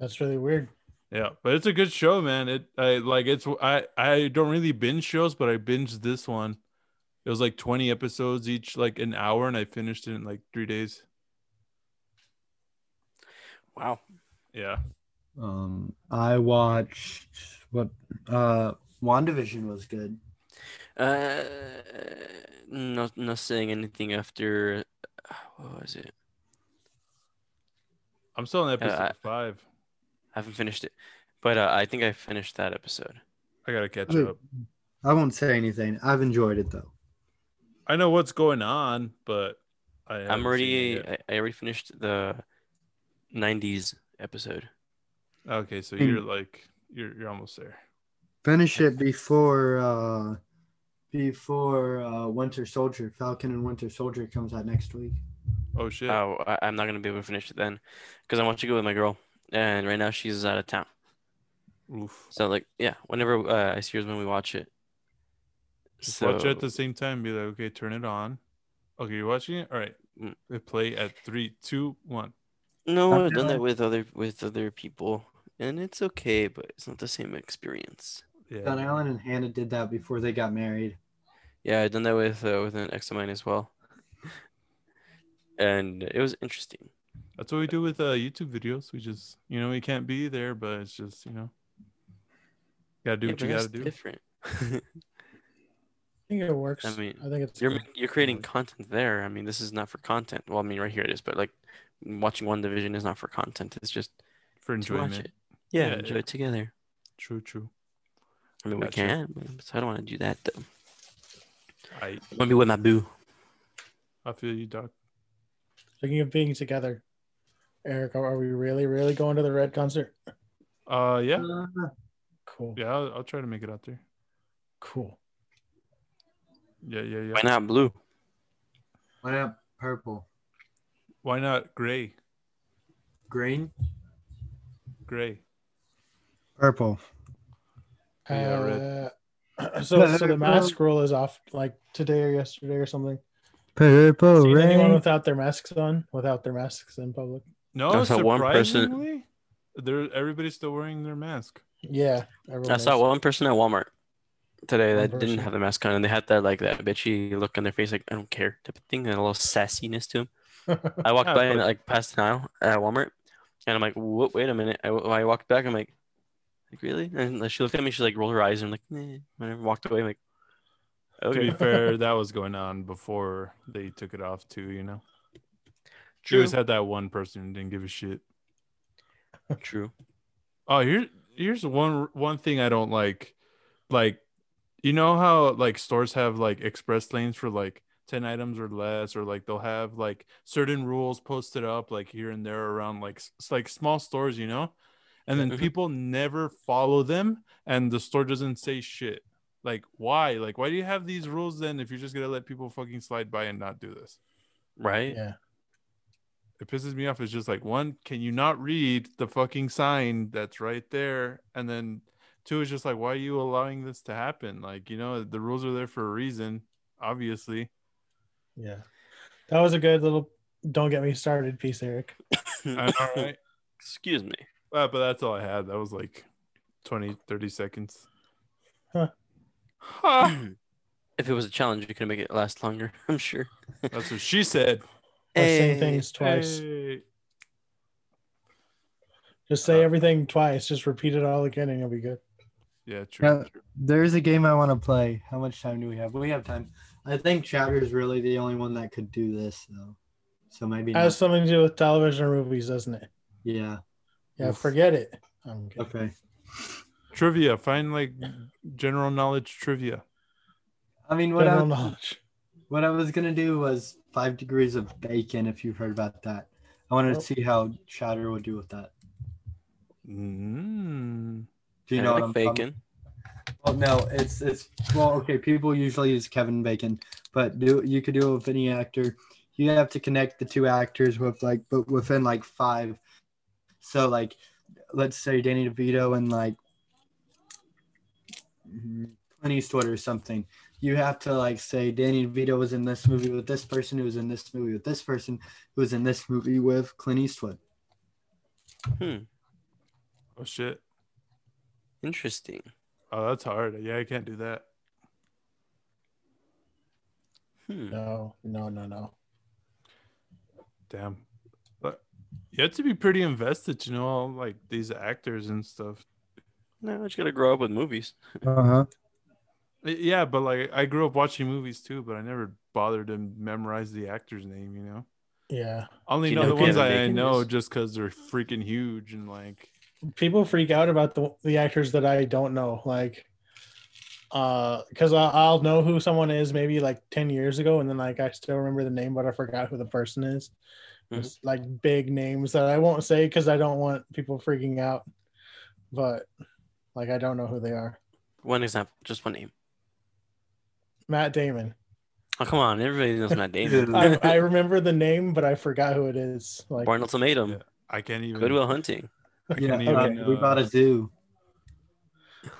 Speaker 1: That's really weird.
Speaker 2: yeah but it's a good show man it i like it's i i don't really binge shows but i binged this one it was like 20 episodes each like an hour and i finished it in like three days
Speaker 3: Wow.
Speaker 2: yeah
Speaker 4: Um, I watched what uh WandaVision was good.
Speaker 3: Uh, not not saying anything after. [sighs] uh, What was it?
Speaker 2: i'm still on episode
Speaker 3: I-
Speaker 2: five
Speaker 3: I haven't finished it, but uh, I think I finished that episode.
Speaker 2: i gotta catch
Speaker 4: Look.
Speaker 2: up
Speaker 4: I won't say anything. I've enjoyed it though.
Speaker 2: i know what's going on but I haven't
Speaker 3: I'm
Speaker 2: seen
Speaker 3: already
Speaker 2: it yet.
Speaker 3: I, I already finished the '90s episode.
Speaker 2: okay so you're like you're, you're almost there
Speaker 4: Finish it before uh before uh Winter Soldier, Falcon and Winter Soldier comes out next week.
Speaker 2: oh shit
Speaker 3: Oh, I, I'm not gonna be able to finish it then, because I'm watching it with my girl, and right now she's out of town.
Speaker 2: Oof.
Speaker 3: So like, yeah, whenever uh, I see her is when we watch it.
Speaker 2: Just watch it at the same time. Be like, okay, turn it on. Okay, you're watching it. All right,
Speaker 3: Mm.
Speaker 2: Hit play at three, two, one.
Speaker 3: No, I've
Speaker 4: Okay.
Speaker 3: done that with other with other people, and it's okay, but it's not the same experience.
Speaker 2: Yeah,
Speaker 4: Don Allen and Hannah did that before they got married.
Speaker 3: Yeah, I've done that with uh, with an ex of mine as well, and it was interesting.
Speaker 2: that's what we do with uh, YouTube videos. We just, you know, we can't be there, but it's just, you know, gotta do
Speaker 3: Yeah,
Speaker 2: what you
Speaker 3: but that's
Speaker 2: gotta do. [laughs]
Speaker 3: Different.
Speaker 1: I think it works.
Speaker 3: I mean,
Speaker 1: I think it's
Speaker 3: You're mak- you're creating content there. I mean, this is not for content. Well, I mean, right here it is, but like watching one division is not for content. It's just
Speaker 2: for
Speaker 3: to watch
Speaker 2: enjoyment.
Speaker 3: it. Yeah,
Speaker 2: Yeah,
Speaker 3: enjoy
Speaker 2: yeah.
Speaker 3: it together.
Speaker 2: True, true.
Speaker 3: I mean, we
Speaker 2: Gotcha.
Speaker 3: can, but so I don't want to do that though.
Speaker 2: I,
Speaker 3: I want to be with my boo.
Speaker 2: I feel you, Doc.
Speaker 1: Speaking of being together, Eric, are we really, really going to the Red concert?
Speaker 2: Uh, yeah,
Speaker 4: Uh,
Speaker 1: Cool.
Speaker 2: yeah. I'll, I'll try to make it out there.
Speaker 1: Cool.
Speaker 2: Yeah, yeah, yeah.
Speaker 3: Why not blue?
Speaker 4: why not purple?
Speaker 2: Why not gray?
Speaker 4: Green?
Speaker 2: Gray.
Speaker 4: Purple.
Speaker 2: Yeah,
Speaker 1: Uh, [clears throat] so, so the mask rule is off like today or yesterday or something.
Speaker 4: Purple
Speaker 1: Seen anyone
Speaker 4: rain.
Speaker 1: without their masks on, without their masks in public?
Speaker 2: No,
Speaker 3: I saw one person-
Speaker 2: surprisingly, there everybody's still wearing their mask.
Speaker 1: Yeah, everyone
Speaker 3: I saw
Speaker 1: is.
Speaker 3: one person at Walmart today
Speaker 1: One
Speaker 3: that didn't
Speaker 1: person.
Speaker 3: have the mask on, and they had that like that bitchy look on their face, like I don't care type of thing, and a little sassiness to
Speaker 1: [laughs]
Speaker 3: them. I walked
Speaker 2: Yeah,
Speaker 3: by and
Speaker 2: but-
Speaker 3: like passed an aisle at Walmart, and I'm like, "Whoa, wait a minute!" I, I walked back, I'm like, "Like really?" And like, she looked at me, she like rolled her eyes, and I'm like, "Nah," and I walked away, I'm like,
Speaker 2: To be
Speaker 3: "Okay,
Speaker 2: fair,
Speaker 3: [laughs]
Speaker 2: that was going on before they took it off too. You know, She
Speaker 3: true,
Speaker 2: always had that one person who didn't give a shit.
Speaker 3: true."
Speaker 2: Oh, here, here's one one thing I don't like. Like you know how like stores have like express lanes for like 10 items or less or like they'll have like certain rules posted up like here and there around like it's like small stores you know and then
Speaker 3: Mhm.
Speaker 2: people never follow them and the store doesn't say shit like why like why do you have these rules then if you're just gonna let people fucking slide by and not do this
Speaker 3: right?
Speaker 1: Yeah.
Speaker 2: it pisses me off It's just like one can you not read the fucking sign that's right there and then two is just like why are you allowing this to happen like you know the rules are there for a reason obviously
Speaker 1: Yeah. That was a good little don't get me started piece, Eric.
Speaker 3: [laughs]
Speaker 2: all right
Speaker 3: Excuse me.
Speaker 2: Uh, but that's all I had. That was like 20, 30 seconds.
Speaker 1: Huh.
Speaker 3: [laughs]
Speaker 2: Ha!
Speaker 3: [clears throat] if it was a challenge, you could make it last longer. [laughs] I'm sure.
Speaker 2: That's what she said.
Speaker 1: Or
Speaker 3: Hey.
Speaker 1: Same things twice.
Speaker 2: Hey.
Speaker 1: Just say
Speaker 2: Uh,
Speaker 1: everything twice. Just repeat it all again and you'll be good.
Speaker 2: Yeah, true.
Speaker 4: Yeah.
Speaker 2: true.
Speaker 4: There's a game I want to play. How much time do we have? We have time. I think Chowder is really the only one that could do this, though. So maybe.
Speaker 1: Has
Speaker 4: not.
Speaker 1: something to do with television or movies, doesn't it?
Speaker 4: Yeah.
Speaker 1: Yeah,
Speaker 4: Oof.
Speaker 1: forget it. I'm good.
Speaker 4: Okay.
Speaker 2: Trivia. Find like general knowledge trivia.
Speaker 4: I mean, what
Speaker 1: General
Speaker 4: I,
Speaker 1: knowledge.
Speaker 4: what I was gonna do was five degrees of bacon. If you've heard about that, I wanted to see how Chowder would do with that.
Speaker 2: Mm.
Speaker 4: Do you
Speaker 3: I
Speaker 4: know
Speaker 3: like
Speaker 4: what I'm
Speaker 3: bacon.
Speaker 4: Well, Oh, no, it's it's well, okay. People usually use Kevin Bacon, but do you could do it with any actor. You have to connect the two actors with like, but within like five. So like, let's say Danny DeVito and like mm, Clint Eastwood or something. You have to like say Danny DeVito was in this movie with this person, who was in this movie with this person, who was in this movie with Clint Eastwood.
Speaker 3: Hmm,
Speaker 2: Oh, shit.
Speaker 3: Interesting.
Speaker 2: Oh, that's hard. Yeah, I can't do that.
Speaker 3: Hmm.
Speaker 1: No, no, no, no.
Speaker 2: Damn. But you have to be pretty invested to know all like these actors and stuff.
Speaker 3: No, I just gotta grow up with movies.
Speaker 4: Uh huh.
Speaker 2: Y- Yeah, but like I grew up watching movies too, but I never bothered to memorize the actor's name, you know?
Speaker 1: Yeah.
Speaker 2: only
Speaker 3: Do you
Speaker 2: know,
Speaker 3: know
Speaker 2: the ones
Speaker 3: Kevin
Speaker 2: I
Speaker 3: Bacon
Speaker 2: know
Speaker 3: is?
Speaker 2: just because they're freaking huge and like
Speaker 1: people freak out about the, the actors that I don't know, like, uh, because I'll know who someone is maybe like 10 years ago, and then like I still remember the name, but I forgot who the person is.
Speaker 3: Mhm.
Speaker 1: It's like big names that I won't say because I don't want people freaking out, but like I don't know who they are.
Speaker 3: One example, just one name.
Speaker 1: Matt Damon.
Speaker 3: Oh come on, everybody knows Matt
Speaker 2: [laughs]
Speaker 3: Damon. [laughs]
Speaker 1: I, I remember the name, but I forgot who it is. Like,
Speaker 3: Barn Ultimatum.
Speaker 2: Yeah. I can't even.
Speaker 3: Goodwill Hunting.
Speaker 2: I
Speaker 4: Yeah,
Speaker 2: can't
Speaker 4: uh,
Speaker 2: even,
Speaker 4: we
Speaker 2: uh,
Speaker 4: bought a zoo.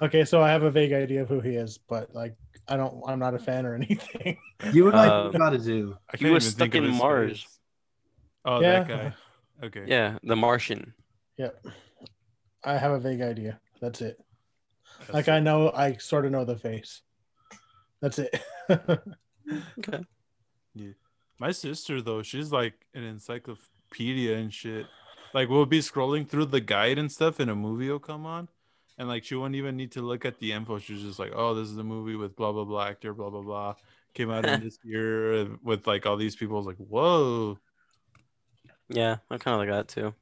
Speaker 1: okay, so I have a vague idea of who he is, but like I don't, I'm not a fan or [laughs] anything.
Speaker 4: You would like
Speaker 3: Um,
Speaker 4: we bought a zoo.
Speaker 2: I
Speaker 3: He was stuck in
Speaker 2: his
Speaker 3: Mars.
Speaker 2: face. Oh,
Speaker 1: Yeah.
Speaker 2: that guy. Okay.
Speaker 3: Yeah, The Martian.
Speaker 1: Yep. I have a vague idea. That's it.
Speaker 2: That's
Speaker 1: like
Speaker 2: it.
Speaker 1: I know, I sort of know the face. That's it. [laughs]
Speaker 3: Okay.
Speaker 2: My sister though, she's like an encyclopedia and shit. Like we'll be scrolling through the guide and stuff, and a movie will come on, and like she won't even need to look at the info. She's just like, "Oh, this is a movie with blah blah blah actor, blah blah blah, came out
Speaker 3: [laughs]
Speaker 2: in this year with like all these people." I was like, "Whoa,
Speaker 3: Yeah, I'm kind of like that too.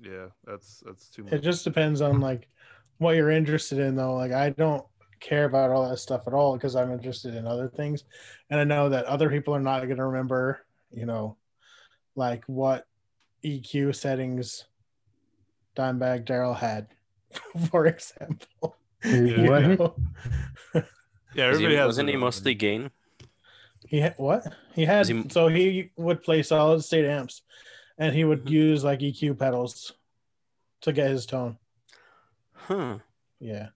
Speaker 2: yeah, that's that's too much."
Speaker 1: it just depends on like what you're interested in, though. Like I don't care about all that stuff at all because I'm interested in other things, and I know that other people are not going to remember, you know, like what EQ settings Dimebag Daryl had, [laughs] for example. You
Speaker 2: What?
Speaker 1: know?
Speaker 2: yeah,
Speaker 3: Was
Speaker 2: everybody
Speaker 3: he,
Speaker 2: has.
Speaker 3: wasn't
Speaker 2: their
Speaker 3: he
Speaker 2: own.
Speaker 3: mostly gain?
Speaker 1: He had what? He had
Speaker 3: Was he-
Speaker 1: so he would play solid state amps, and he would
Speaker 3: Mhm.
Speaker 1: use like EQ pedals to get his tone.
Speaker 3: Huh.
Speaker 1: Yeah,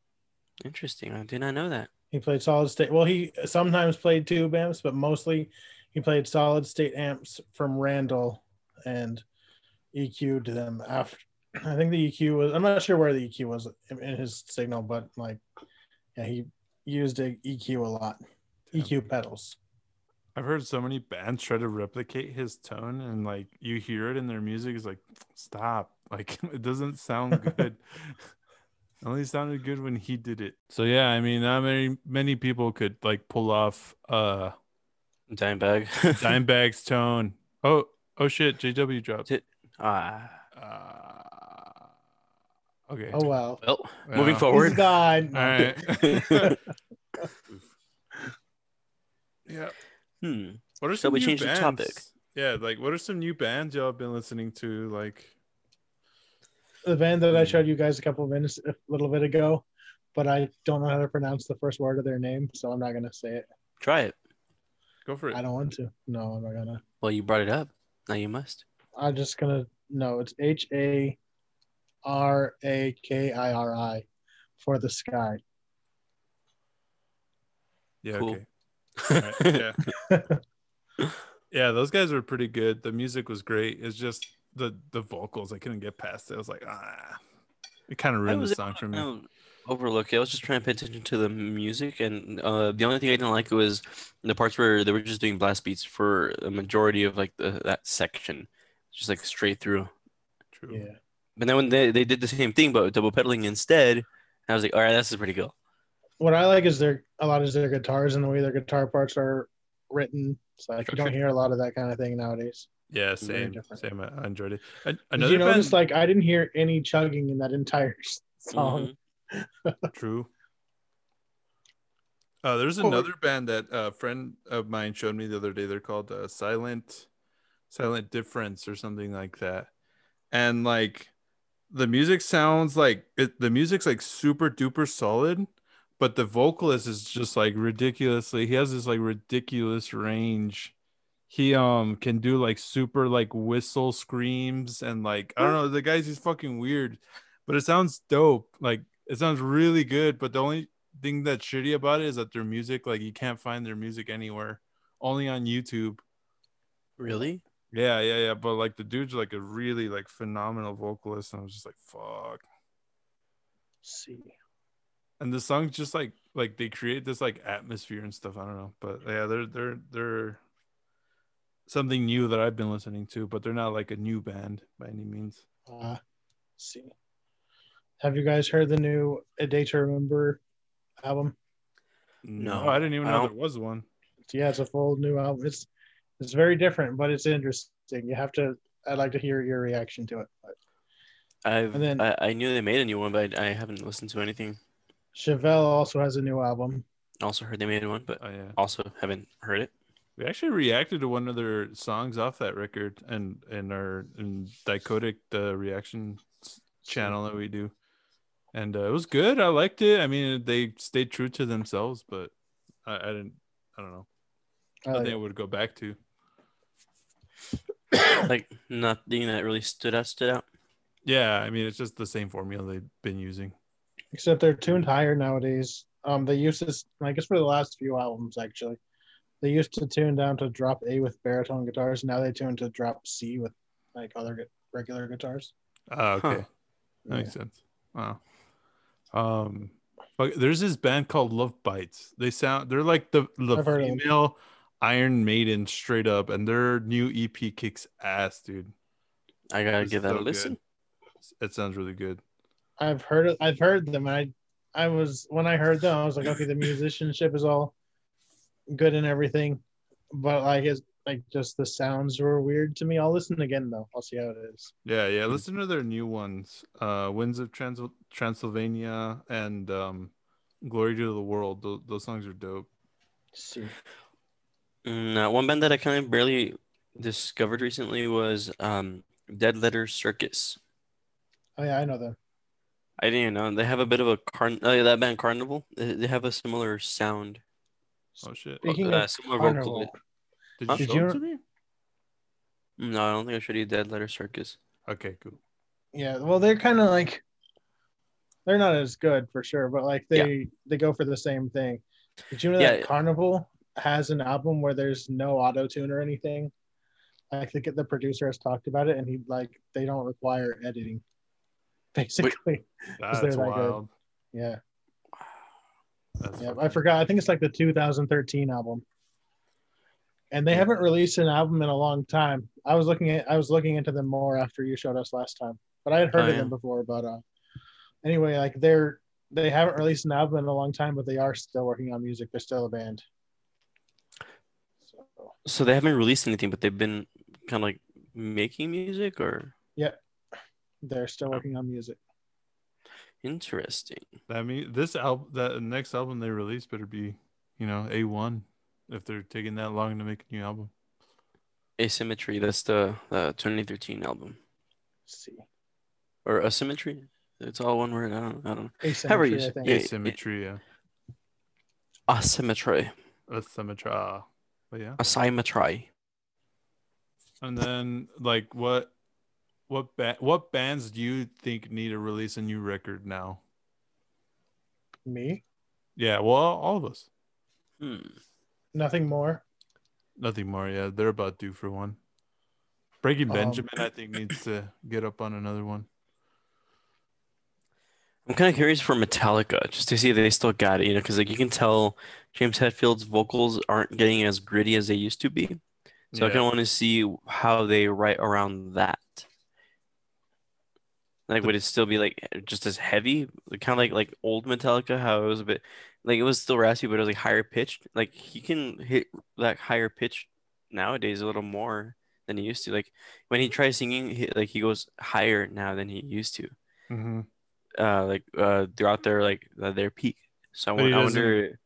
Speaker 3: Interesting. I did not know that.
Speaker 1: he played solid state. Well, he sometimes played tube amps, but mostly he played solid state amps from Randall and EQ'd them after. I think the EQ was. I'm not sure where the EQ was in in his signal, but like, yeah, he used a EQ a lot. EQ pedals.
Speaker 2: I've heard so many bands try to replicate his tone, and like you hear it in their music, it's like, stop. [laughs] Like it doesn't [laughs] sound good. It Only sounded good when he did it. So yeah, I mean, not many many people could like pull off [laughs] uh
Speaker 3: Dimebag. [laughs]
Speaker 2: Dimebag's tone. Oh oh shit, JW dropped.
Speaker 3: Did- ah.
Speaker 2: Uh, Okay.
Speaker 1: Oh well.
Speaker 3: Well, moving
Speaker 2: Yeah.
Speaker 1: He's
Speaker 3: forward.
Speaker 1: gone.
Speaker 2: All [laughs] right. yeah.
Speaker 3: Hmm.
Speaker 2: What are
Speaker 3: Shall
Speaker 2: some
Speaker 3: we
Speaker 2: new
Speaker 3: change the
Speaker 2: bands?
Speaker 3: topic?
Speaker 2: Yeah, like what are some new bands y'all have been listening to? Like,
Speaker 1: The band that I
Speaker 2: Hmm.
Speaker 1: showed you guys a couple of minutes, a little bit ago, but I don't know how to pronounce the first word of their name, so I'm not gonna say it.
Speaker 3: Try it.
Speaker 2: go for it.
Speaker 1: I don't want to. No, I'm not gonna.
Speaker 3: Well, you brought it up. Now you must.
Speaker 1: I'm just gonna. No, it's H A R A K I R I for the sky.
Speaker 2: Yeah.
Speaker 3: Cool.
Speaker 2: Okay. All right, Yeah.
Speaker 1: [laughs]
Speaker 2: yeah, those guys were pretty good. The music was great. It's just the the vocals. I couldn't get past it. I was like, ah, it kind of
Speaker 3: I
Speaker 2: ruined the
Speaker 3: was
Speaker 2: song for
Speaker 3: able
Speaker 2: me.
Speaker 3: to kind of Overlook. it. I was just trying to pay attention to the music, and uh, the only thing I didn't like was the parts where they were just doing blast beats for a majority of like the, that section, just like straight through.
Speaker 2: True.
Speaker 1: Yeah.
Speaker 3: But then when they, they did the same thing but with double pedaling instead, I was like, all right, this is pretty cool.
Speaker 1: What I like is their a lot is their guitars and the way their guitar parts are written. It's like you don't hear a lot of that kind of thing nowadays. Very
Speaker 2: Yeah, same,
Speaker 1: different.
Speaker 2: same. I I enjoyed it. An-
Speaker 1: Did
Speaker 2: Another
Speaker 1: you notice
Speaker 2: band, Mm-hmm.
Speaker 1: like I didn't hear any chugging in that entire [laughs] song?
Speaker 3: Mhm.
Speaker 2: true. Uh, there's
Speaker 1: Oh.
Speaker 2: another band that a friend of mine showed me the other day. They're called uh, Silent, Silent Difference or something like that. And like, the music sounds like it, the music's like super duper solid, but the vocalist is just like ridiculously. He has this like ridiculous range. He um can do like super like whistle screams and like I don't know. The guy's just fucking weird, but it sounds dope. Like it sounds really good. But the only thing that's shitty about it is that their music like you can't find their music anywhere, only on YouTube.
Speaker 3: Really?
Speaker 2: Yeah, yeah, yeah. But like the dude's like a really like phenomenal vocalist, and I was just like, fuck.
Speaker 1: Let's see.
Speaker 2: and the song's just like like they create this like atmosphere and stuff. I don't know, but yeah, they're they're they're something new that I've been listening to, but they're not like a new band by any means.
Speaker 1: Uh, let's see. Have you guys heard the new A Day to Remember album?
Speaker 3: No.
Speaker 2: Oh, I didn't even
Speaker 3: I
Speaker 2: know
Speaker 3: don't-
Speaker 2: there was one.
Speaker 1: yeah, it's a full new album. It's it's very different, but it's interesting. You have to. I'd like to hear your reaction to it. But
Speaker 3: I've,
Speaker 1: And then-
Speaker 3: I, I knew they made a new one, but I, I haven't listened to anything.
Speaker 1: Chevelle also has a new album.
Speaker 3: Also heard they made one, but
Speaker 2: Oh yeah,
Speaker 3: also haven't heard it.
Speaker 2: we actually reacted to one of their songs off that record, and in our in Dichotic the reaction s- channel that we do, and uh, it was good. I liked it. I mean, they stayed true to themselves, but I, I didn't. I don't know.
Speaker 1: I
Speaker 2: I
Speaker 1: like
Speaker 2: think I
Speaker 1: it.
Speaker 2: would go back to.
Speaker 3: like nothing that really stood out stood out.
Speaker 2: Yeah, I mean it's just the same formula they've been using.
Speaker 1: Except they're tuned higher nowadays. Um, they used to, I guess, for the last few albums actually, they used to tune down to drop A with baritone guitars. Now they tune to drop C with like other gu- regular guitars.
Speaker 2: Oh, okay.
Speaker 3: Huh.
Speaker 2: That makes sense. Wow. Um but there's this band called Love Bites. They sound they're like the the
Speaker 1: I've heard of them.
Speaker 2: female Iron Maiden straight up and their new EP kicks ass, dude.
Speaker 3: I gotta
Speaker 2: It's
Speaker 3: give that
Speaker 2: so
Speaker 3: a
Speaker 2: good.
Speaker 3: listen.
Speaker 2: It sounds really good.
Speaker 1: I've heard it. I've heard them. And I, I was when I heard them, I was like, okay, the musicianship is all good and everything, but like it's like just the sounds were weird to me. I'll listen again though. I'll see how it is.
Speaker 2: Yeah,
Speaker 1: Hmm.
Speaker 2: yeah. Listen to their new ones. Uh Winds of Trans- Transylvania and um Glory to the World. Tho- those songs are dope.
Speaker 1: See.
Speaker 3: Mm, uh, one band that I kind of barely discovered recently was um, Dead Letter Circus.
Speaker 1: Oh yeah, I know them.
Speaker 3: I didn't even know they have a bit of a carn. Uh, that band Carnival. They, they have a similar sound,
Speaker 2: Oh shit.
Speaker 1: Speaking of
Speaker 3: uh, similar
Speaker 1: Carnival,
Speaker 3: vocal.
Speaker 2: Did you
Speaker 1: Did
Speaker 2: show
Speaker 1: you-
Speaker 2: it to me?
Speaker 3: Mm, No, I don't think I showed you Dead Letter Circus.
Speaker 2: Okay, cool.
Speaker 1: Yeah, well, they're kind of like they're not as good for sure, but like they they go for the same thing. Did you know
Speaker 3: Yeah.
Speaker 1: that Carnival has an album where there's no auto tune or anything? I think the producer has talked about it, and he like they don't require editing. [laughs] Basically,
Speaker 2: That's
Speaker 1: they're that good.
Speaker 2: wild.
Speaker 1: yeah,
Speaker 2: That's
Speaker 1: yeah. I
Speaker 2: fucking-
Speaker 1: forgot. I think it's like the 2013 album, and they
Speaker 2: Yeah.
Speaker 1: haven't released an album in a long time. I was looking at I was looking into them more after you showed us last time, but I had heard
Speaker 3: Oh,
Speaker 1: of
Speaker 3: yeah.
Speaker 1: them before. But uh, anyway, like they're they haven't released an album in a long time, but they are still working on music. They're still a band. So
Speaker 3: So they haven't released anything, but they've been kind of like making music, or
Speaker 1: they're still working on music.
Speaker 3: Interesting.
Speaker 2: I mean, this album, that next album they release better be, you know, a one, if they're taking that long to make a new album.
Speaker 3: Asymmetry. That's the uh, 2013 album
Speaker 1: Let's see.
Speaker 3: or asymmetry. It's all one word. I don't. I don't. know.
Speaker 1: Asymmetry,
Speaker 3: you-
Speaker 1: I think.
Speaker 3: Yeah, yeah.
Speaker 2: Asymmetry, yeah,
Speaker 3: Asymmetry.
Speaker 2: asymmetry. ah. But yeah,
Speaker 3: Asymmetry.
Speaker 2: and then like what, what ba- what bands do you think need to release a new record now?
Speaker 1: Me?
Speaker 2: Yeah, well, all of us.
Speaker 3: Hmm.
Speaker 1: Nothing more.
Speaker 2: Nothing more. Yeah, they're about due for one. Breaking
Speaker 1: Um,
Speaker 2: Benjamin, I think, needs to get up on another one.
Speaker 3: I'm kind of curious for Metallica just to see if they still got it, you know, because like you can tell James Hetfield's vocals aren't getting as gritty as they used to be. So I
Speaker 2: Yeah.
Speaker 3: kind of want to see how they write around that. Like, would it still be like just as heavy, kind of like like old Metallica? How it was a bit like it was still raspy, but it was like higher pitched. Like he can hit that higher pitch nowadays a little more than he used to. Like when he tries singing, he, like he goes higher now than he used to
Speaker 2: Mm-hmm.
Speaker 3: uh like uh throughout their like uh, their peak. So I,
Speaker 2: But
Speaker 3: won-
Speaker 2: he
Speaker 3: I
Speaker 2: doesn't-
Speaker 3: wonder.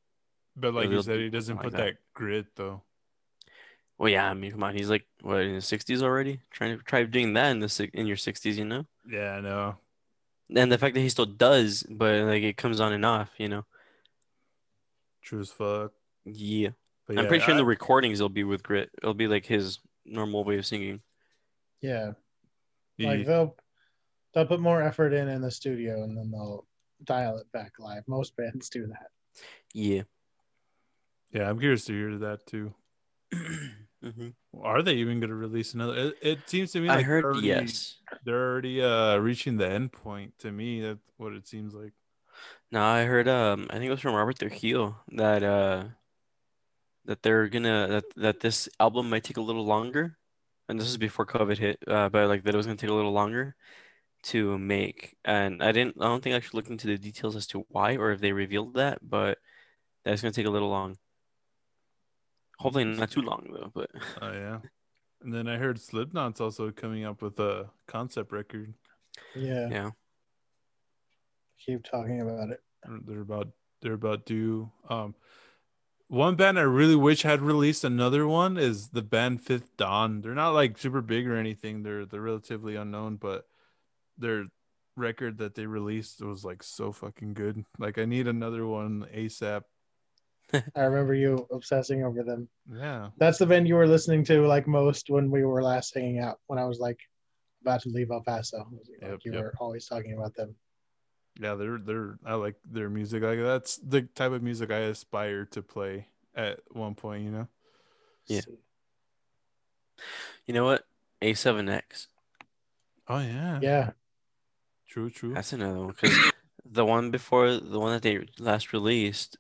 Speaker 2: But like
Speaker 3: Maybe
Speaker 2: you
Speaker 3: they'll
Speaker 2: said,
Speaker 3: do
Speaker 2: he doesn't
Speaker 3: something
Speaker 2: put
Speaker 3: like
Speaker 2: that. grit though.
Speaker 3: Well, yeah, I mean, come on, he's like what in his sixties already. Trying to try doing that in the si- in your sixties, you know.
Speaker 2: Yeah, I know.
Speaker 3: And the fact that he still does, but like it comes on and off, you know.
Speaker 2: True as fuck.
Speaker 3: Yeah,
Speaker 2: But
Speaker 3: I'm
Speaker 2: yeah,
Speaker 3: pretty sure in
Speaker 2: I-
Speaker 3: the recordings it'll be with grit. It'll be like his normal way of singing.
Speaker 1: Yeah.
Speaker 2: the-
Speaker 1: Like they'll they'll put more effort in in the studio and then they'll dial it back live. Most bands do that.
Speaker 3: Yeah. [clears throat]
Speaker 2: yeah, I'm curious to hear that too.
Speaker 3: hmm
Speaker 2: Are they even going to release another? It, it seems to me. Like
Speaker 3: I heard
Speaker 2: they're already-
Speaker 3: yes.
Speaker 2: They're already uh reaching the end point. To me, that's what it seems like.
Speaker 3: No, I heard um I think it was from Robert Trujillo that uh that they're gonna that that this album might take a little longer. And this is before COVID hit, uh, but like that it was gonna take a little longer to make. And I didn't I don't think I actually looked into the details as to why or if they revealed that, but that's gonna take a little long. Hopefully not too long though, but
Speaker 2: Oh yeah. And then I heard Slipknot's also coming up with a concept record.
Speaker 1: Yeah.
Speaker 3: Yeah.
Speaker 1: Keep talking about it.
Speaker 2: They're- They're about they're about due. Um, one band I really wish had released another one is the band Fifth Dawn. They're not like super big or anything. They're they're relatively unknown, but their record that they released was like so fucking good. Like I need another one ASAP.
Speaker 1: I remember you obsessing over them.
Speaker 2: Yeah.
Speaker 1: That's the band you were listening to like most when we were last hanging out when I was like about to leave El Paso. Like,
Speaker 2: Yep,
Speaker 1: you
Speaker 2: yep.
Speaker 1: were always talking about them.
Speaker 2: yeah they're they're i like their music like that's the type of music i aspire to play at one point you know
Speaker 3: Yeah. you know what? A7X.
Speaker 2: oh yeah
Speaker 1: Yeah.
Speaker 2: true true
Speaker 3: That's another one because the one before the one that they last released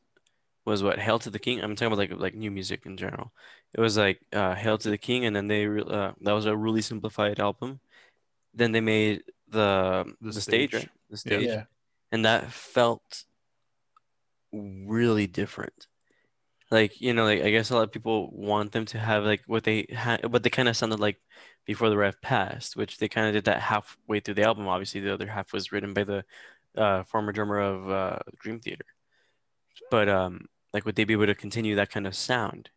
Speaker 3: was what Hail to the King. I'm talking about like like new music in general. It was like uh, Hail to the King, and then they re- uh, that was a really simplified album. Then they made the
Speaker 2: The
Speaker 3: the, stage,
Speaker 2: stage.
Speaker 3: right? The
Speaker 2: Yeah.
Speaker 3: stage,
Speaker 1: Yeah.
Speaker 3: and that felt really different. Like you know, like I guess a lot of people want them to have like what they had, what they kind of sounded like before the ref passed, which they kind of did that halfway through the album. Obviously, the other half was written by the uh, former drummer of uh, Dream Theater. But um, like, would they be able to continue that kind of sound?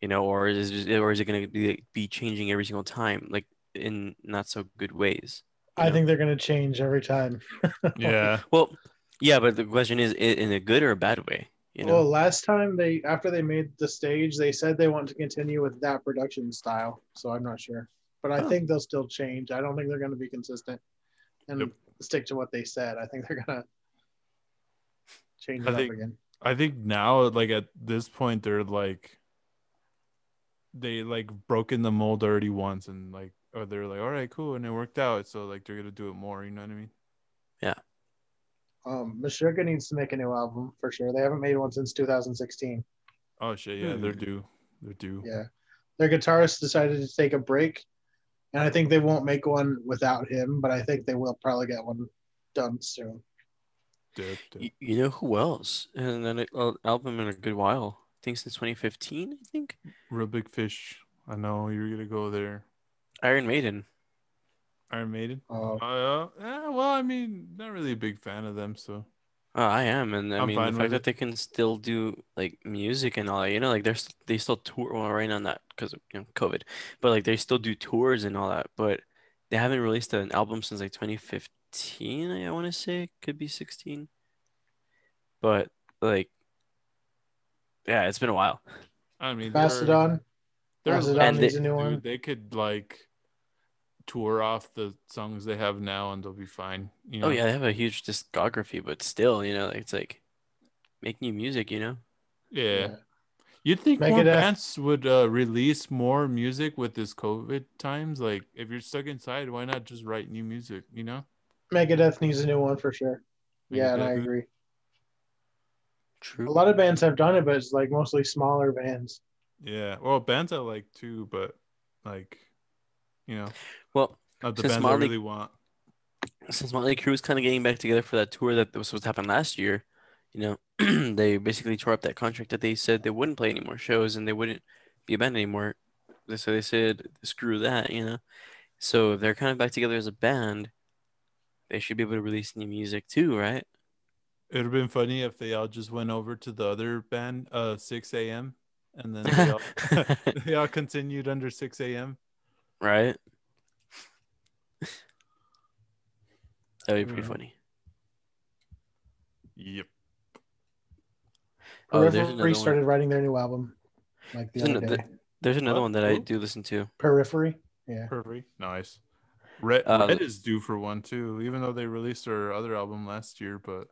Speaker 3: You know, or is it, or is it going to be be changing every single time, like in not so good ways?
Speaker 1: I think they're gonna change every time.
Speaker 2: yeah
Speaker 3: Well, yeah, but the question is, i- in a good or a bad way? You know,
Speaker 1: Well, last time they after they made the stage, they said they want to continue with that production style. So I'm not sure, but I
Speaker 3: Huh.
Speaker 1: think they'll still change. I don't think they're going to be consistent and
Speaker 2: Yep.
Speaker 1: stick to what they said. I think they're going to [laughs] change
Speaker 2: I
Speaker 1: it up
Speaker 2: think-
Speaker 1: again.
Speaker 2: i think now like at this point they're like they like broken the mold already once and like or they're like all right cool and it worked out so like they're gonna do it more you know what i mean
Speaker 1: Um, Meshuggah needs to make a new album for sure. They haven't made one since 2016.
Speaker 2: oh shit yeah they're
Speaker 3: Hmm.
Speaker 2: due they're due
Speaker 1: Yeah, their guitarist decided to take a break, and I think they won't make one without him. But I think they will probably get one done soon.
Speaker 2: Dope, dope.
Speaker 3: you, you know who else? And then an album in a good while. I think since 2015, I think
Speaker 2: real big fish i know you're gonna go there
Speaker 3: Iron Maiden.
Speaker 2: Iron Maiden.
Speaker 5: Uh,
Speaker 2: Uh, eh, well, I mean, not really a big fan of them, so
Speaker 3: Oh, I am, and I
Speaker 2: I'm
Speaker 3: mean the
Speaker 2: fine with
Speaker 3: fact that
Speaker 2: it.
Speaker 3: they can still do like music and all that, you know, like they're st- they still tour well right now not because of you know COVID, but like they still do tours and all that, but they haven't released an album since like 2015, I, I want to say could be 16, but like yeah, it's been a while.
Speaker 2: I mean, they're-
Speaker 1: Mastodon.
Speaker 2: they're
Speaker 1: Mastodon
Speaker 2: legends,
Speaker 3: needs
Speaker 1: a new
Speaker 2: dude.
Speaker 1: one.
Speaker 2: They could like tour off the songs they have now, and they'll be fine. You know?
Speaker 3: Oh yeah, they have a huge discography, but still, you know, it's like make new music, you know.
Speaker 2: yeah. You'd think
Speaker 1: Make
Speaker 2: more
Speaker 1: it a-
Speaker 2: bands would uh, release more music with this COVID times. Like, if you're stuck inside, why not just write new music? You know?
Speaker 1: Megadeth needs a new one for sure. yeah, and I
Speaker 2: Megadeth.
Speaker 1: agree.
Speaker 3: True.
Speaker 1: A lot of bands have done it, but it's like mostly smaller bands.
Speaker 2: Yeah. Well, bands I like too, but like, you know,
Speaker 3: Well,
Speaker 2: not the
Speaker 3: Since
Speaker 2: bands I
Speaker 3: Motley-
Speaker 2: really want.
Speaker 3: since Motley Crue was kind of getting back together for that tour that was supposed to happen last year, you know, [clears throat] they basically tore up that contract that they said they wouldn't play any more shows and they wouldn't be a band anymore. They- So they said, screw that, you know. So if they're kind of back together as a band, they should be able to release new music too, right?
Speaker 2: It would have been funny if they all just went over to the other band, uh, 6 a.m., and then [laughs] they all, they all continued under 6 a.m.
Speaker 3: [laughs] Right? That would be pretty
Speaker 2: Yeah.
Speaker 3: funny.
Speaker 2: Yep.
Speaker 3: Oh, there's another
Speaker 1: Periphery
Speaker 3: one.
Speaker 1: started writing their new album like the
Speaker 3: There's
Speaker 1: other
Speaker 3: another-
Speaker 1: day.
Speaker 3: There's another
Speaker 2: What?
Speaker 3: one that I
Speaker 2: Who?
Speaker 3: do listen to.
Speaker 1: Periphery. Yeah.
Speaker 2: Perfect. Nice. Red,
Speaker 3: Um,
Speaker 2: Red is due for one too, even though they released their other album last year, but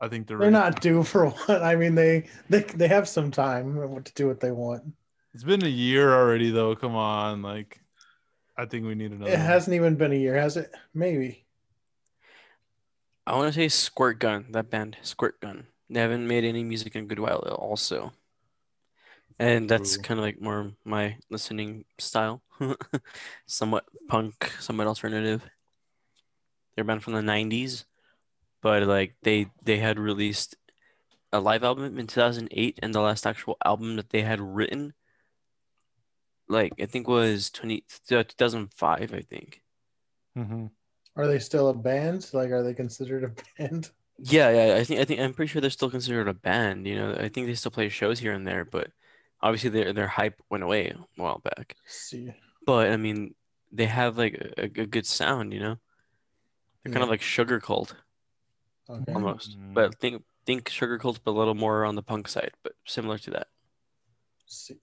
Speaker 2: I think they're
Speaker 1: They're
Speaker 2: ready.
Speaker 1: not due for [laughs] one. I mean, they they they have some time to do what they want.
Speaker 2: It's been a year already, though. Come on, like, I think we
Speaker 3: Oh.
Speaker 2: need another.
Speaker 1: It
Speaker 2: one.
Speaker 1: hasn't even been a year, has it? Maybe.
Speaker 3: I want to say Squirt Gun, that band, Squirt Gun. They haven't made any music in a good while, also. And that's
Speaker 2: True.
Speaker 3: kind of like more my listening style. [laughs] somewhat punk, somewhat alternative. They're a band from the 90s, but like they they had released a live album in 2008 and the last actual album that they had written like I think was 20 2005, I think.
Speaker 2: Mhm.
Speaker 1: Are they still a band? Like, are they considered a [laughs] band?
Speaker 3: Yeah, yeah, I think I think I'm pretty sure they're still considered a band, you know. I think they still play shows here and there, but obviously their their hype went away a while back.
Speaker 1: see,
Speaker 3: But I mean, they have like a, a good sound, you know. They're kind of like Sugar Cult
Speaker 1: okay.
Speaker 3: almost,
Speaker 2: Mm.
Speaker 3: but think think Sugar Cult, but a little more on the punk side, but similar to that.
Speaker 1: see.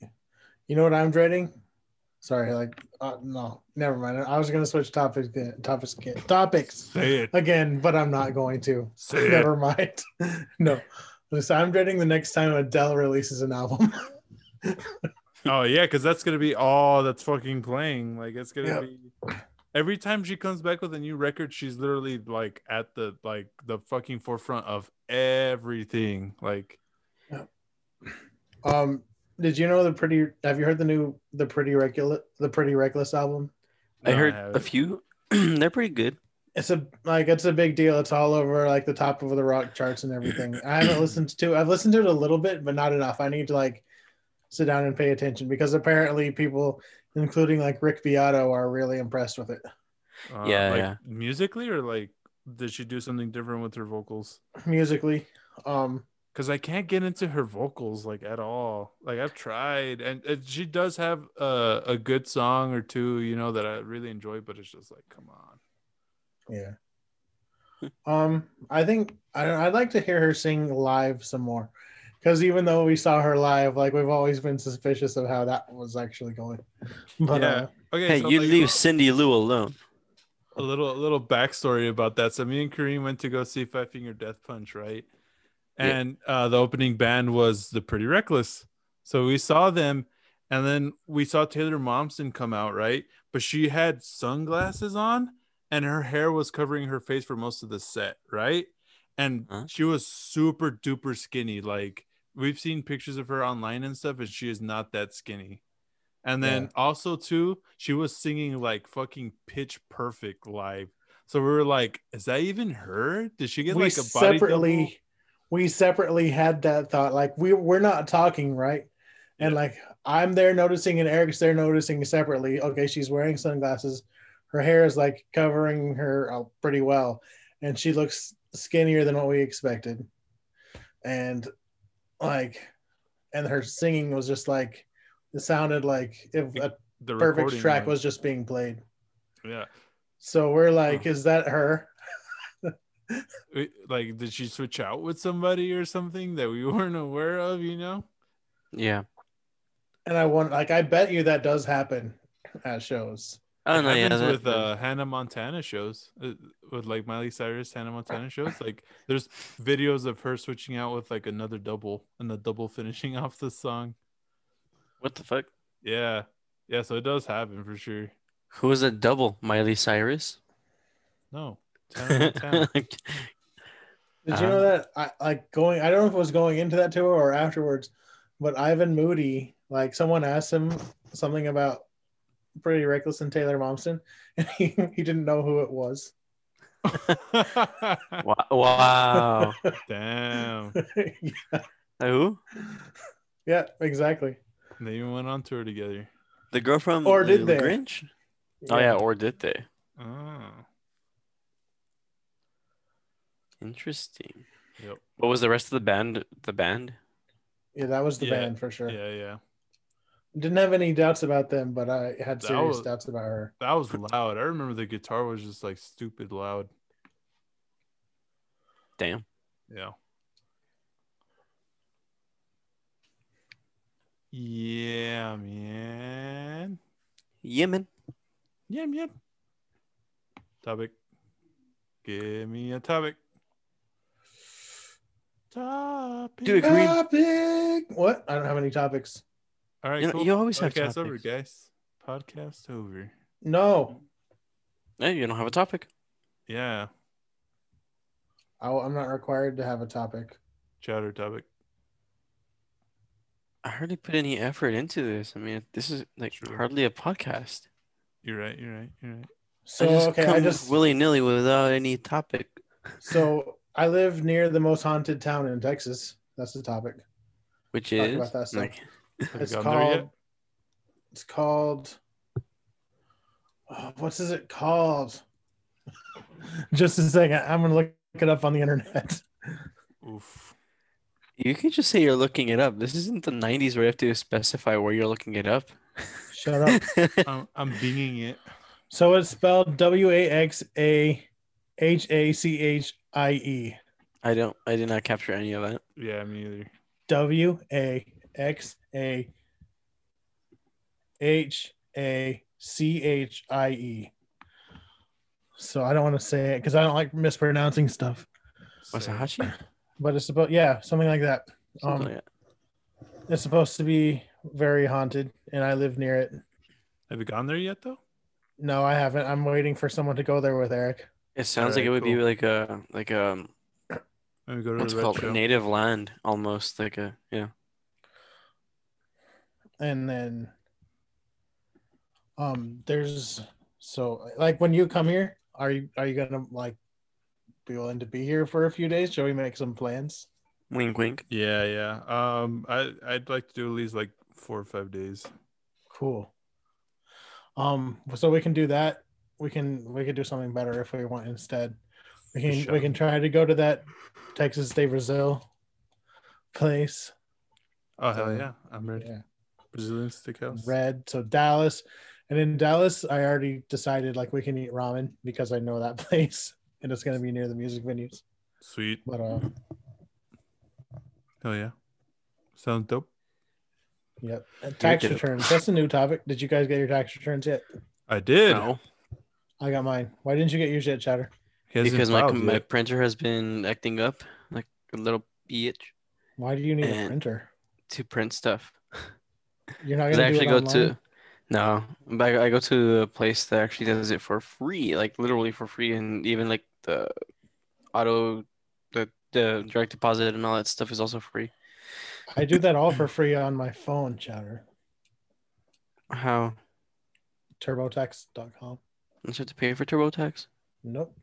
Speaker 1: You know what I'm dreading? Sorry, like, uh, no, never mind. I was gonna switch topics, uh, topics, topics
Speaker 2: Say it.
Speaker 1: again, but I'm not going to.
Speaker 2: Say it.
Speaker 1: Never mind. [laughs] no, listen, I'm dreading the next time Adele releases an album. [laughs]
Speaker 2: Oh yeah, because that's gonna be all that's fucking playing. Like it's gonna
Speaker 1: Yeah.
Speaker 2: be every time she comes back with a new record, she's literally like at the like the fucking forefront of everything. Like
Speaker 1: um, did you know the pretty? Have you heard the new the pretty reckless the pretty reckless album?
Speaker 3: I
Speaker 2: no,
Speaker 3: heard a
Speaker 2: haven't.
Speaker 3: few. [clears throat] They're pretty good.
Speaker 1: it's a like it's a big deal. It's all over like the top of the rock charts and everything. I haven't listened to. I've listened to it a little bit, but not enough. I need to like sit down and pay attention because apparently people, including like Rick Beato, are really impressed with it.
Speaker 2: Uh,
Speaker 3: Yeah,
Speaker 2: like,
Speaker 3: yeah.
Speaker 2: Musically or like, did she do something different with her vocals?
Speaker 1: Musically, um,
Speaker 2: Because I can't get into her vocals like at all. Like I've tried, and, and she does have a a good song or two, you know, that I really enjoy. But it's just like, come on.
Speaker 1: yeah. Um, I think I don't. I'd like to hear her sing live some more, because even though we saw her live, like we've always been suspicious of how that was actually going. [laughs] But
Speaker 2: Yeah.
Speaker 1: uh,
Speaker 2: Okay,
Speaker 3: Hey,
Speaker 2: so,
Speaker 3: you
Speaker 2: like,
Speaker 3: leave Cindy Lou alone.
Speaker 2: a little a little backstory about that. So me and Kareem went to go see Five Finger Death Punch, right?
Speaker 3: Yeah.
Speaker 2: And uh, the opening band was the Pretty Reckless. So we saw them, and then we saw Taylor Momsen come out, right? But she had sunglasses on, and her hair was covering her face for most of the set, right? And
Speaker 3: Huh?
Speaker 2: she was super duper skinny. Like we've seen pictures of her online and stuff, and she is not that skinny. And then
Speaker 1: Yeah.
Speaker 2: also too, she was singing like fucking pitch perfect live. So we were like, is that even her? Did she get
Speaker 1: we
Speaker 2: like a body
Speaker 1: separately
Speaker 2: double?
Speaker 1: we separately had that thought like we we're not talking right and like i'm there noticing and eric's there noticing separately okay she's wearing sunglasses her hair is like covering her uh, pretty well, and she looks skinnier than what we expected, and like, and her singing was just like it sounded like if a
Speaker 2: The
Speaker 1: perfect
Speaker 2: recording
Speaker 1: track
Speaker 2: one.
Speaker 1: was just being played.
Speaker 2: yeah.
Speaker 1: So we're like, is that her?
Speaker 2: It- Like, did she switch out with somebody or something that we [laughs] weren't aware of? You know,
Speaker 3: Yeah.
Speaker 1: And I want like I bet you that does happen at shows.
Speaker 3: I don't know.
Speaker 2: It
Speaker 3: Yeah,
Speaker 2: happens
Speaker 3: that-
Speaker 2: with uh, Hannah Montana shows, uh, with like Miley Cyrus Hannah Montana shows. Like, there's videos of her switching out with like another double and the double [laughs] finishing off the song.
Speaker 3: what the fuck?
Speaker 2: Yeah, yeah. So it does happen for sure.
Speaker 3: Who was that double? Miley Cyrus?
Speaker 2: No, it's Hannah
Speaker 3: [laughs]
Speaker 2: Montana. [laughs]
Speaker 3: That's
Speaker 1: Did you know
Speaker 3: Uh-huh.
Speaker 1: that I like going? I don't know if it was going into that tour or afterwards, but Ivan Moody, like someone asked him something about Pretty Reckless and Taylor Momsen, [laughs] and he, he didn't know who it was.
Speaker 3: Wa-
Speaker 2: [laughs] Oh.
Speaker 3: Wow.
Speaker 2: Damn,
Speaker 3: Who?
Speaker 1: [laughs] yeah, exactly.
Speaker 2: they even went on tour together.
Speaker 3: The girl from
Speaker 1: Or did
Speaker 3: the
Speaker 1: they?
Speaker 3: Grinch? Oh yeah, or did they?
Speaker 2: Oh,
Speaker 3: Interesting.
Speaker 2: yep.
Speaker 3: What was the rest of the band? The band?
Speaker 1: yeah, that was the
Speaker 2: Yeah,
Speaker 1: band for sure.
Speaker 2: Yeah, yeah.
Speaker 1: Didn't have any doubts about them, but I had
Speaker 2: That
Speaker 1: serious
Speaker 2: was-
Speaker 1: doubts about her.
Speaker 2: That was loud. I remember the guitar was just like stupid loud.
Speaker 3: Damn.
Speaker 2: Yeah. Yeah, man.
Speaker 3: Yemen.
Speaker 2: Yep, yep. Topic. Give me a topic. Topic.
Speaker 3: Dude, can we-
Speaker 1: Topic. What? I don't have any topics.
Speaker 2: All right,
Speaker 3: You know,
Speaker 2: cool.
Speaker 3: you always have
Speaker 2: Podcast over,
Speaker 3: topics.
Speaker 2: guys. Podcast over.
Speaker 1: No,
Speaker 3: Hey, you don't have a topic.
Speaker 2: Yeah,
Speaker 1: I, I'm not required to have a topic.
Speaker 2: chowder topic.
Speaker 3: I hardly put any effort into this. I mean, this is like
Speaker 2: True.
Speaker 3: hardly a podcast.
Speaker 2: You're right. You're right. You're right.
Speaker 1: So
Speaker 3: I just
Speaker 1: okay,
Speaker 3: come
Speaker 1: I just
Speaker 3: willy nilly without any topic.
Speaker 1: so I live near the most haunted town in Texas. That's the topic.
Speaker 3: Which
Speaker 1: Talk
Speaker 3: is
Speaker 1: about that stuff.
Speaker 3: like,
Speaker 2: [laughs] Have you
Speaker 1: It's
Speaker 2: gotten there yet?
Speaker 1: called. It's called. oh, what is it called? [laughs] just a second. I'm gonna look it up on the internet. [laughs]
Speaker 2: Oof.
Speaker 3: you can just say you're looking it up. This isn't the '90s where you have to specify where you're looking
Speaker 1: [laughs]
Speaker 3: it up.
Speaker 1: Shut up.
Speaker 2: I'm, I'm dinging it.
Speaker 1: So it's spelled W A X A H A C H I E.
Speaker 3: I don't. I did not capture any of that.
Speaker 2: Yeah, me either.
Speaker 1: W A X A H A C H I E. So I don't want to say it because I don't like mispronouncing stuff.
Speaker 2: Same.
Speaker 1: Um,
Speaker 3: Wasahashi?
Speaker 1: But it's about yeah, something like that.
Speaker 3: Something
Speaker 1: Um,
Speaker 3: like that.
Speaker 1: it's supposed to be very haunted, and I live near it.
Speaker 2: Have you gone there yet, though?
Speaker 1: No, I haven't. I'm waiting for someone to go there with Eric.
Speaker 3: It sounds like
Speaker 2: Alright,
Speaker 3: it would be
Speaker 2: cool.
Speaker 3: like a like um, a
Speaker 2: Let me go to
Speaker 3: what's
Speaker 2: the
Speaker 3: it
Speaker 2: red
Speaker 3: called
Speaker 2: show.
Speaker 3: native land almost like a yeah.
Speaker 1: and then um there's so like when you come here are you are you gonna like be willing to be here for a few days shall we make some plans
Speaker 3: Wink wink.
Speaker 2: Yeah, yeah. Um, I I'd like to do at least like four or five days.
Speaker 1: cool um so we can do that we can we can do something better if we want instead we can
Speaker 2: sure.
Speaker 1: we can try to go to that texas day brazil place
Speaker 2: Oh hell
Speaker 1: Um,
Speaker 2: yeah! I'm ready.
Speaker 1: yeah
Speaker 2: Brazilian steakhouse.
Speaker 1: red so dallas and in dallas i already decided like we can eat ramen because i know that [laughs] place and it's going to be near the music venues
Speaker 2: Sweet.
Speaker 1: But uh,
Speaker 2: Hell yeah. Sounds dope.
Speaker 1: yep. And Uh, tax
Speaker 3: did it.
Speaker 1: returns. That's a new topic. Did you guys get your tax returns yet?
Speaker 2: I did.
Speaker 3: No,
Speaker 1: I got mine. Why didn't you get yours yet, Chatter?
Speaker 2: He hasn't
Speaker 3: because my
Speaker 2: filed
Speaker 3: my
Speaker 2: yet.
Speaker 3: printer has been acting up like a little bitch
Speaker 1: Why do you need a
Speaker 3: Eh.
Speaker 1: printer?
Speaker 3: to print stuff.
Speaker 1: You're not
Speaker 3: 'Cause
Speaker 1: gonna
Speaker 3: I actually
Speaker 1: do
Speaker 3: go
Speaker 1: it online?
Speaker 3: to no, but I, I go to a place that actually does it for free, like literally for free, and even like the auto, the the direct deposit and all that stuff is also free.
Speaker 1: I do that all for free on my phone, Chatter.
Speaker 3: How
Speaker 1: TurboTax.com.
Speaker 3: don't you have to pay for TurboTax?
Speaker 1: Nope.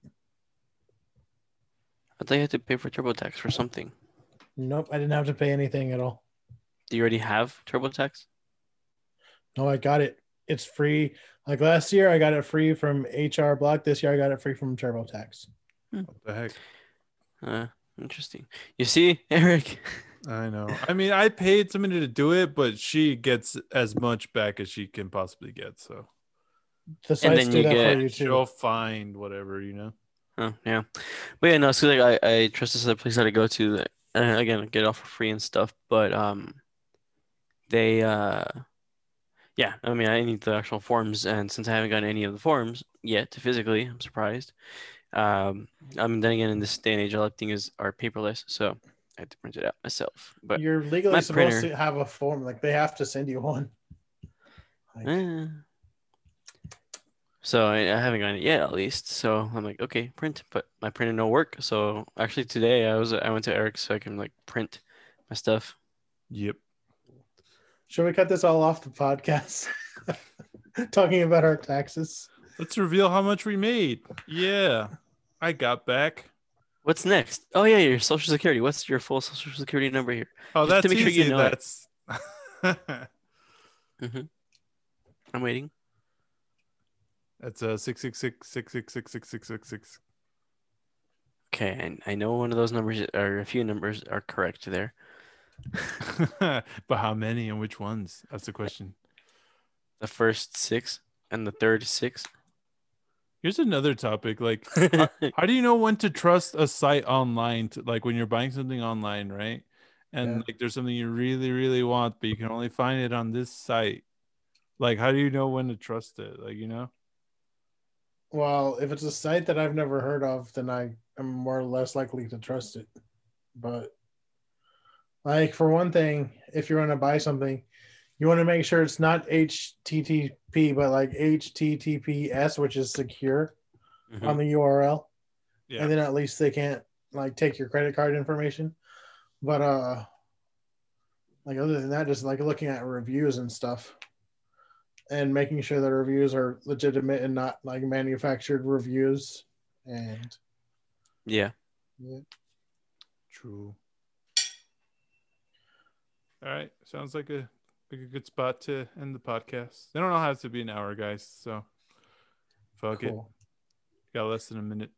Speaker 3: I thought you had to pay for TurboTax for something.
Speaker 1: Nope. I didn't have to pay anything at all.
Speaker 3: Do you already have TurboTax?
Speaker 1: No, I got it. It's free Like last year, I got it free from HR Block. This year, I got it free from TurboTax.
Speaker 2: What the heck?
Speaker 3: Uh, interesting. You see, [laughs] Eric.
Speaker 2: I know. I mean, I paid somebody to do it, but she gets as much back as she can possibly get. So
Speaker 1: The sites
Speaker 3: then
Speaker 1: do
Speaker 3: you
Speaker 1: that
Speaker 3: get-
Speaker 1: for you too.
Speaker 2: she'll find whatever, you know.
Speaker 3: Oh yeah, but yeah, no. So like, I I trust this other place that I go to that and again I get it all for free and stuff. But um, they uh, yeah. I mean, I need the actual forms, and since I haven't gotten any of the forms yet physically, I'm surprised. Um, I mean, then again, in this day and age, all everything is are paperless, so I had to print it out myself. But
Speaker 1: You're legally
Speaker 3: my
Speaker 1: supposed
Speaker 3: printer-
Speaker 1: to have a form. Like they have to send you one. Like,
Speaker 3: Eh. So I, I haven't gotten it yet, at least. So I'm like, okay, print, but my printer no work. So actually today I was I went to Eric's so I can like print my stuff.
Speaker 2: Yep.
Speaker 1: Should we cut this all off the podcast? [laughs] Talking about our taxes.
Speaker 2: Let's reveal how much we made. Yeah. I got back.
Speaker 3: What's next? Oh yeah, your social security. What's your full social security number here?
Speaker 2: Oh,
Speaker 3: Just
Speaker 2: that's
Speaker 3: to make sure you
Speaker 2: easy.
Speaker 3: know it.
Speaker 2: that's [laughs]
Speaker 3: [laughs] I'm waiting.
Speaker 2: that's a six six six six six six six six six [laughs] six.
Speaker 3: Okay, and I know one of those numbers or a few numbers are correct there.
Speaker 2: but how many and which ones? That's the question.
Speaker 3: The first six and the third six. [laughs]
Speaker 2: Here's another topic. Like,
Speaker 3: yeah,
Speaker 2: how do you know when to trust a site online? To, like when you're buying something online, right? And
Speaker 1: Yeah.
Speaker 2: like there's something you really, really want, but you can only find it on this site. Like, how do you know when to trust it? Like, you know,
Speaker 1: Well, if it's a site that I've never heard of, then I am more or less likely to trust it. But like for one thing, if you're going to buy something, you want to make sure it's not HTTP, but like HTTPS, which is secure on the URL.
Speaker 2: yeah,
Speaker 1: and then at least they can't like take your credit card information. But uh, like other than that, just like looking at reviews and stuff, and making sure that reviews are legitimate and not like manufactured reviews. And
Speaker 3: yeah.
Speaker 1: yeah.
Speaker 2: true. All right, sounds like a like a good spot to end the podcast. They don't all have to be an hour, guys. So, fuck it.
Speaker 1: cool.
Speaker 2: Got less than a minute.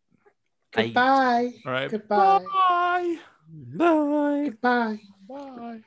Speaker 3: I-
Speaker 1: Goodbye.
Speaker 2: All right.
Speaker 1: Goodbye.
Speaker 2: Bye. Bye.
Speaker 1: Goodbye.
Speaker 2: Bye.